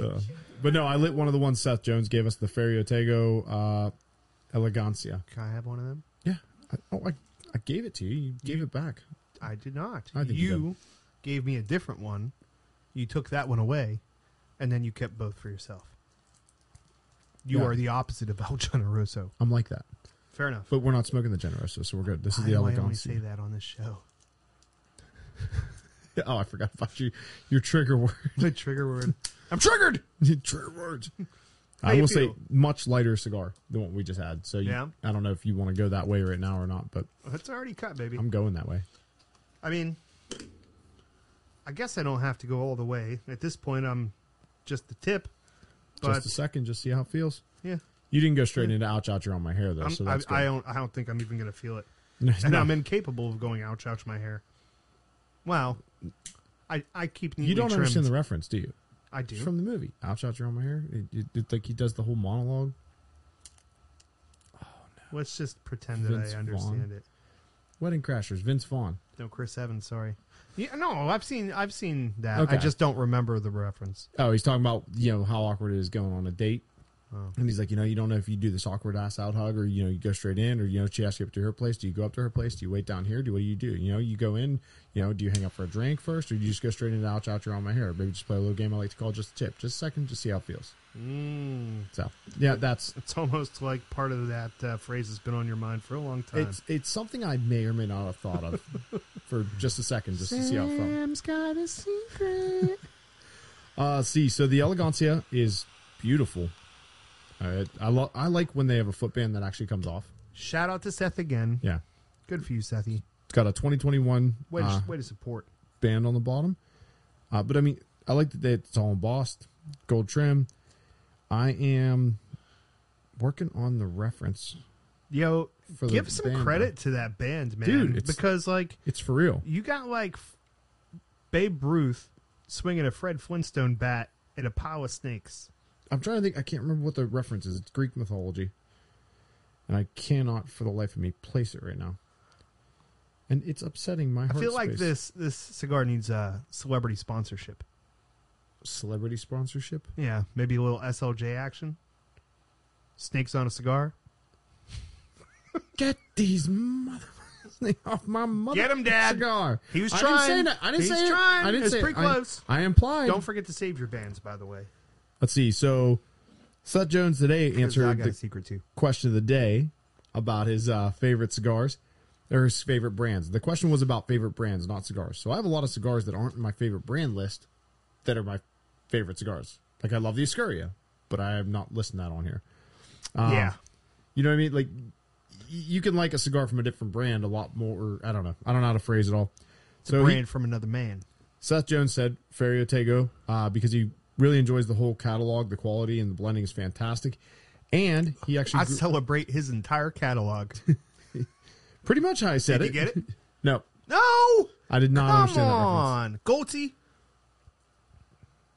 Uh, but no, I lit one of the ones Seth Jones gave us, the Ferriotego uh, Elegancia. Can I have one of them? Yeah. I, oh, I, I gave it to you. You gave it back. I did not. I think you you gave me a different one. You took that one away, and then you kept both for yourself. You Yeah. are the opposite of Al Generoso. I'm like that. Fair enough. But we're not smoking the Generoso, so we're good. This is Why the do I only Elegancia. say that on this show? oh, I forgot about you. Your trigger word. My trigger word. I'm triggered. trigger words. How I you will feel? say much lighter cigar than what we just had. So you, Yeah. I don't know if you want to go that way right now or not, but It's already cut, baby. I'm going that way. I mean, I guess I don't have to go all the way. At this point, I'm just the tip. But just a second, just see how it feels. yeah, You didn't go straight into ouch ouch on my hair though, I'm, Oh, so I, that's I good. don't. I don't think I'm even gonna feel it, No, and no. I'm incapable of going ouch ouch my hair. Wow, I I keep neatly you don't trimmed. understand the reference, do you? I do. It's from the movie. Ouch ouch on my hair. It, it, it- like he does the whole monologue. Let's just pretend Vince that I Vaughn. understand it. Wedding Crashers, Vince Vaughn. No, Chris Evans. Sorry. Yeah, no, I've seen I've seen that. I Okay. just don't remember the reference. Oh, he's talking about you know how awkward it is going on a date, Oh. and he's like, you know, you don't know if you do this awkward ass out hug or you know you go straight in or you know she asks you up to her place. Do you go up to her place? Do you wait down here? Do what do you do? You know, you go in. You know, do you hang out for a drink first, or do you just go straight into ouch ouch you're on my hair? Maybe just play a little game I like to call just a tip, just a second, just see how it feels. Mm. So yeah, that's It's almost like part of that uh, phrase has been on your mind for a long time. it's it's something I may or may not have thought of for just a second, just to see how it felt. Sam's got a secret. Uh, see, so the Elegancia is beautiful. I I, lo- I like when they have a footband that actually comes off. Shout out to Seth again. Yeah, Good for you, Sethy. it's got a 2021 Way, to uh, way to support. band on the bottom. Uh, but I mean, I like that they- it's all embossed, gold trim. I am working on the reference. Yo, For the give some band, credit to that band, man. Dude, it's- because like It's for real. you got like f- Babe Ruth swinging a Fred Flintstone bat at a pile of snakes. I'm trying to think. I can't remember what the reference is. It's Greek mythology, and I cannot for the life of me place it right now. and it's upsetting my I heart. feel like space. this this cigar needs uh, celebrity sponsorship. Celebrity sponsorship? Yeah, maybe a little SLJ action. Snakes on a cigar. Get these motherfuckers off my mother. Get him, Dad. Cigar. He was I trying. didn't say that. I didn't He's say it. trying. I didn't It's say it. pretty I- close. I implied. Don't forget to save your bands, by the way. Let's see. So, Seth Jones today I answered got a the secret, too. question of the day about his uh, favorite cigars or his favorite brands. The question was about favorite brands, not cigars. So I have a lot of cigars that aren't in my favorite brand list that are my favorite cigars. Like I love the Escuria, but I have not listed that on here. Ah. Yeah. you know what I mean. Like y- you can like a cigar from a different brand a lot more. I don't know. I don't know how to phrase it all. It's a he- brand from another man. Seth Jones said Ferry Otego uh, because he really enjoys the whole catalog, the quality, and the blending is fantastic. And he actually I grew- celebrate his entire catalog. pretty much how I said it. Did you get it? No, No, I did not come understand that reference. on, Golty.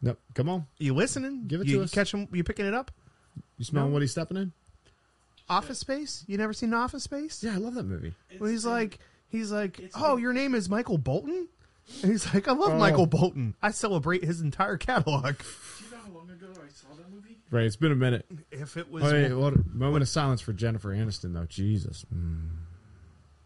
Nope. Come on. You listening? Give it you, to you us. Catch him. You picking it up? You smelling No. what he's stepping in? Office Space. You never seen Office Space? Yeah, I love that movie. Well, he's like, he's like, oh, your name is Michael Bolton. And he's like, I love Michael Bolton. I celebrate his entire catalog. Do you know how long ago I saw that movie? Right, it's been a minute. If it was- Oh, wait, what a moment of silence for Jennifer Aniston, though. Jesus. Mm.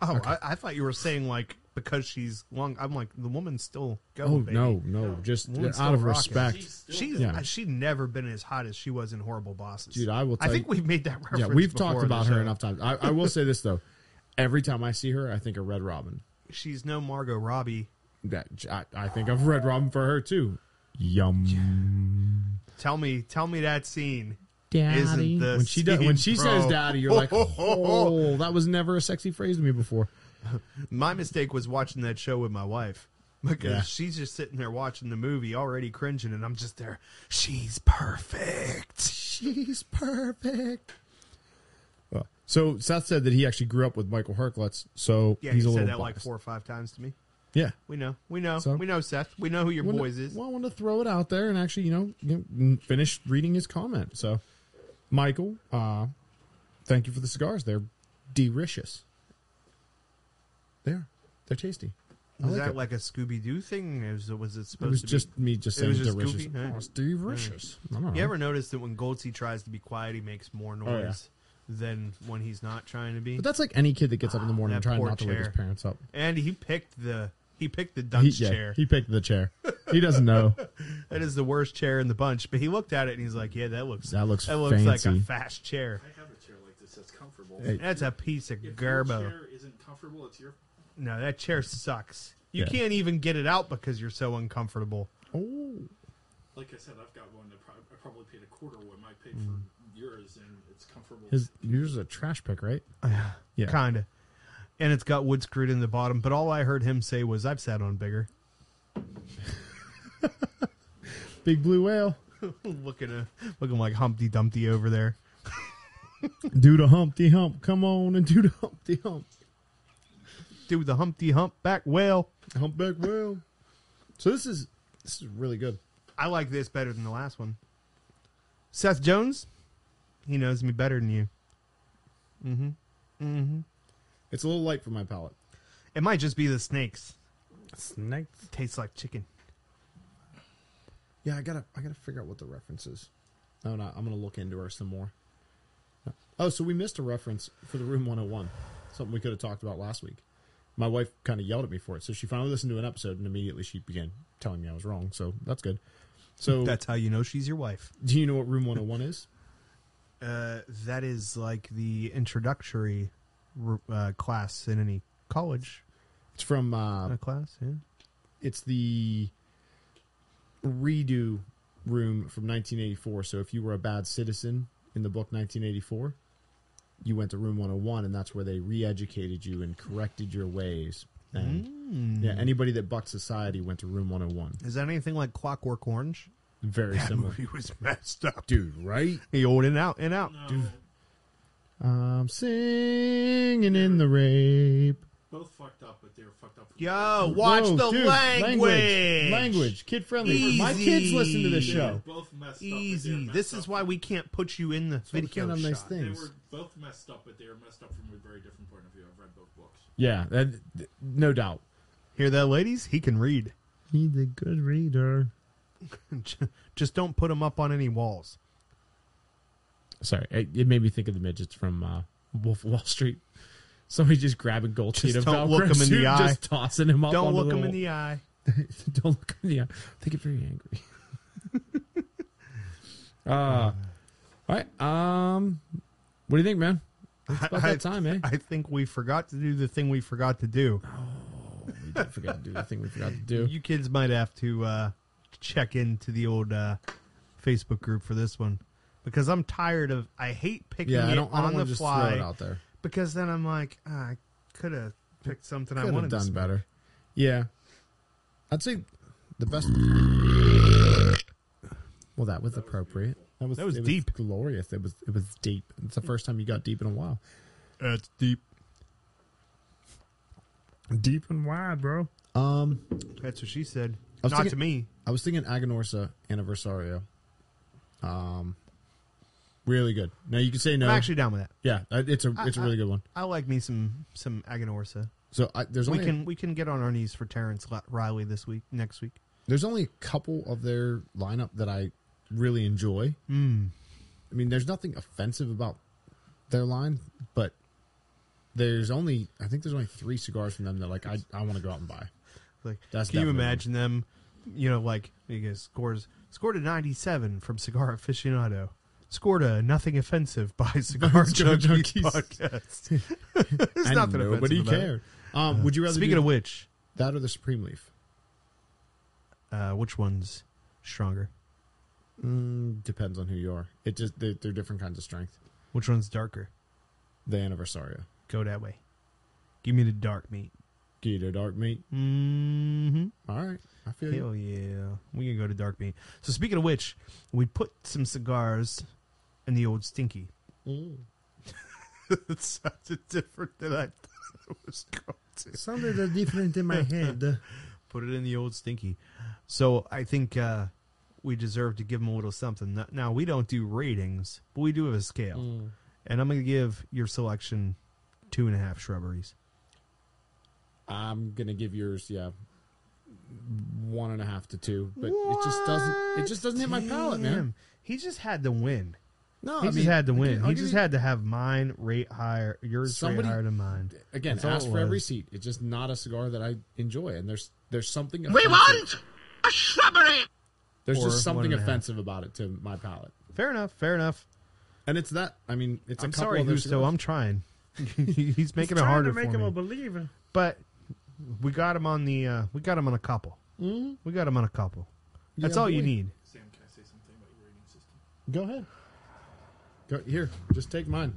Oh, I, I thought you were saying like because she's long. I'm like, the woman's still going. Oh, baby. no, no, just Woman's out of still rocking. respect. She's She's still- she's Yeah. she'd never been as hot as she was in Horrible Bosses. Dude, I will. I tell think you- we've made that reference. Yeah, we've talked before on about the her show. enough times. I, I will say this though: every time I see her, I think of Red Robin. She's no Margot Robbie. That I, I think of Red Robin for her too. Yum. Tell me, tell me that scene. Daddy. Isn't the when she does, when she scene, says bro. daddy, you're like, oh, that was never a sexy phrase to me before. My mistake was watching that show with my wife because Yeah. she's just sitting there watching the movie, already cringing, and I'm just there. She's perfect. She's perfect. Well, so Seth said that he actually grew up with Michael Harkless, so Yeah, he's he a said little that like biased. four or five times to me. Yeah. We know, we know, So- we know, Seth. We know who your Wanted- boys is. Well, I wanted to throw it out there and actually, you know, you know, finish reading his comment. So, Michael, uh, thank you for the cigars. They're delicious. They are. They're tasty. I Was like that it. like a Scooby Doo thing? It was, was it supposed was to just be? me just It was saying delicious. Goofy? Huh? Oh, it's delicious. Yeah. I don't know. You ever notice that when Goldsey tries to be quiet, he makes more noise Oh, yeah. than when he's not trying to be? But that's like any kid that gets up in the morning That and trying poor not to wake his chair. parents up. And he picked the he picked the He, dunce yeah, chair. he picked the chair. He doesn't know. that is the worst chair in the bunch. But he looked at it and he's like, "Yeah, that looks That looks that looks like a fancy." fast chair. I have a chair like this that's comfortable. Hey. That's a piece of if your garbo. chair isn't comfortable, it's your No, that chair sucks. You Yeah. can't even get it out because you're so uncomfortable. Oh, Like I said, I've got one that prob- I probably paid a quarter what I paid for Mm. yours, and it's comfortable. his yours is a trash pick, right? Yeah. Kinda. And it's got wood screwed in the bottom, but all I heard him say was, "I've sat on bigger." Big blue whale. looking uh, looking like Humpty Dumpty over there. Do the Humpty Hump. Come on and do the Humpty Hump. Do the Humpty Humpback whale. Humpback whale. So this is this is really good. I like this better than the last one. Seth Jones, he knows me better than you. Mm-hmm. Mm-hmm. It's a little light for my palate. It might just be the snakes. Snakes. Tastes like chicken. Yeah, I gotta I gotta figure out what the reference is. No, no, I'm gonna look into her some more. Oh, so we missed a reference for the room 101. Something we could have talked about last week. My wife kind of yelled at me for it, so she finally listened to an episode and immediately she began telling me I was wrong. So that's good. So That's how you know she's your wife. do you know what room 101 is? Uh, that is like the introductory r- uh, class in any college It's from uh, uh, class. Yeah. it's the redo room from 1984. So if you were a bad citizen in the book 1984, you went to room 101, and that's where they re-educated you and corrected your ways. And Hmm. yeah, anybody that bucked society went to room 101. Is that anything like Clockwork Orange? Very similar, He was messed up. dude. Right? He old and out and out. no. I'm singing in the rape. Both fucked up, but they were fucked up. For Yo, watch Whoa, the dude, language. language, language, kid friendly. My Easy. kids listen to this They were show. both messed up, but they were Easy. messed This up is why we can't put you in the why we video can't have nice shot. things. They were both messed up, but they were messed up from a very different point of view. I've read both books. Yeah, that, no doubt. Hear that, ladies? He can read. He's a good reader. Just don't put him up on any walls. Sorry, it, it made me think of the midgets from uh, Wolf of Wall Street. Somebody just grabbing Goldstein Just of don't Velcro look him in suit, the eye. just tossing him up. Don't onto look the him in wall. the eye. don't look him in the eye. They get very angry. uh, all right. Um, what do you think, man? It's about that time, eh? I think we forgot to do the thing we forgot to do. We did forget to do the thing we forgot to do. You kids might have to uh, check into the old uh, Facebook group for this one because I'm tired of. I hate picking Yeah, I it don't- I don't on wanna the just throw fly it out there. because then I'm like, ah, I could have picked something I Could have wanted. done to better. Yeah, I'd say the best. Well, that was appropriate. That was That was it deep. glorious. It was it was deep. It's the first time you got deep in a while. That's deep. Deep and wide, bro. Um, That's what she said. I was Not thinking- to me. I was thinking Aganorsa Anniversario. Um, really good. Now you can say no. I'm actually down with that. Yeah, uh, it's a it's a I- really I- good one. I like me some some Aganorsa. So I, there's we only a- can we can get on our knees for Terrence Li- Riley this week next week. There's only a couple of their lineup that I really enjoy. Mm. I mean, there's nothing offensive about their line, but there's only I think there's only three cigars from them that like I, I want to go out and buy. Like, That's can you definitely- imagine them? You know, like you guys scores scored a ninety seven from Cigar Aficionado. Scored a nothing offensive by Cigar Cigar Junkies Junkies. podcast. There's And nothing nobody offensive about it. cared. Um, would you rather? Speaking do of which, that or the Supreme Leaf? Uh, which one's stronger? Hmm. Mm, depends on who you are. It just they're, they're different kinds of strength. Which one's darker? The Anniversario. Go that way. Give me the dark meat. Keto dark meat. Mm-hmm. All right, I feel you. Hell yeah, we can go to dark meat. So speaking of which, we put some cigars in the old stinky. Mm. it sounded different than I thought it was going to. Sounded different in my head. Put it in the old stinky. So I think uh, we deserve to give them a little something. N- Now we don't do ratings, but we do have a scale, Mm. and I'm going to give your selection two and a half shrubberies. I'm gonna give yours, yeah, one and a half to two, but it just doesn't. It just doesn't hit my palate, man. Damn. He just had to win. No, he I just mean, had to I'll win. give- I'll he give just you- had to have mine rate higher, yours Somebody- rate higher than mine. Again, That's all ask it for every was. seat. It's just not a cigar that I enjoy, and there's there's something. We offensive- want a shrubbery. There's Or just something one and a half. offensive about it to my palate, Fair enough. Fair enough. and it's that. I mean, it's. a I'm couple sorry, of their Gusto. cigars. I'm trying. He's making it trying harder to make for him me. a believer. but we got him on the. Uh, we got him on a couple. Mhm. We got him on a couple. That's Yeah, all you boy. need. Sam, can I say something about your rating system? Go ahead. Go here. Just take mine.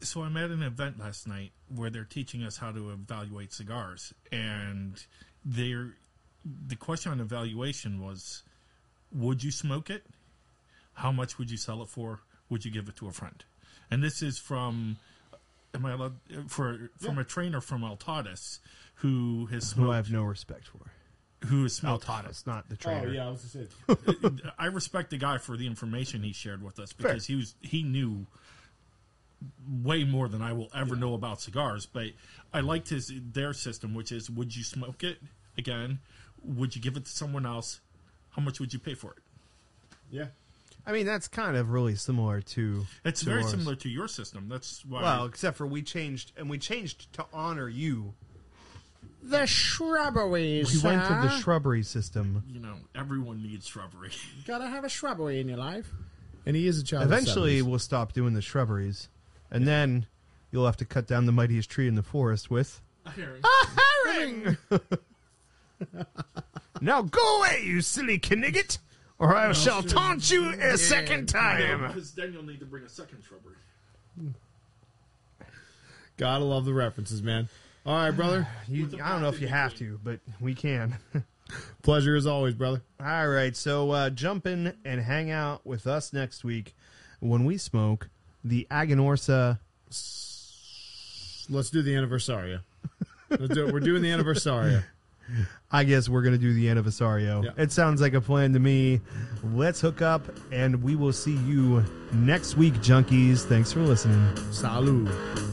so I'm at an event last night where they're teaching us how to evaluate cigars, and they're the question on evaluation was, would you smoke it? How much would you sell it for? Would you give it to a friend? And this is from, am I allowed for from a trainer from Altadas who has Who I smoked, have no respect for. who has smoked Altadas, not the trainer. I was just saying. I respect the guy for the information he shared with us because he was he knew way more than I will ever know about cigars. But I liked his their system, which is: would you smoke it again? Would you give it to someone else? How much would you pay for it? Yeah. I mean, that's kind of really similar to. It's to very ours. similar to your system. That's why. Well, except for we changed, and we changed to honor you. The shrubbery, We went to the shrubbery system. you know, everyone needs shrubbery. Gotta have a shrubbery in your life. And he is a child. of the Eventually, 70s. we'll stop doing the shrubberies, and then you'll have to cut down the mightiest tree in the forest with. Now go away, you silly knigget, or I shall taunt you a second time. Because then you'll need to bring a second shrubbery. Gotta love the references, man. All right, brother. You, I don't know if you have to, but we can. Pleasure as always, brother. All right, so uh, jump in and hang out with us next week when we smoke the Aganorsa. Let's do the anniversario. Let's do it. We're doing the anniversario. I guess we're going to do the Anniversario. Yeah. It sounds like a plan to me. Let's hook up, and we will see you next week, junkies. Thanks for listening. Salud.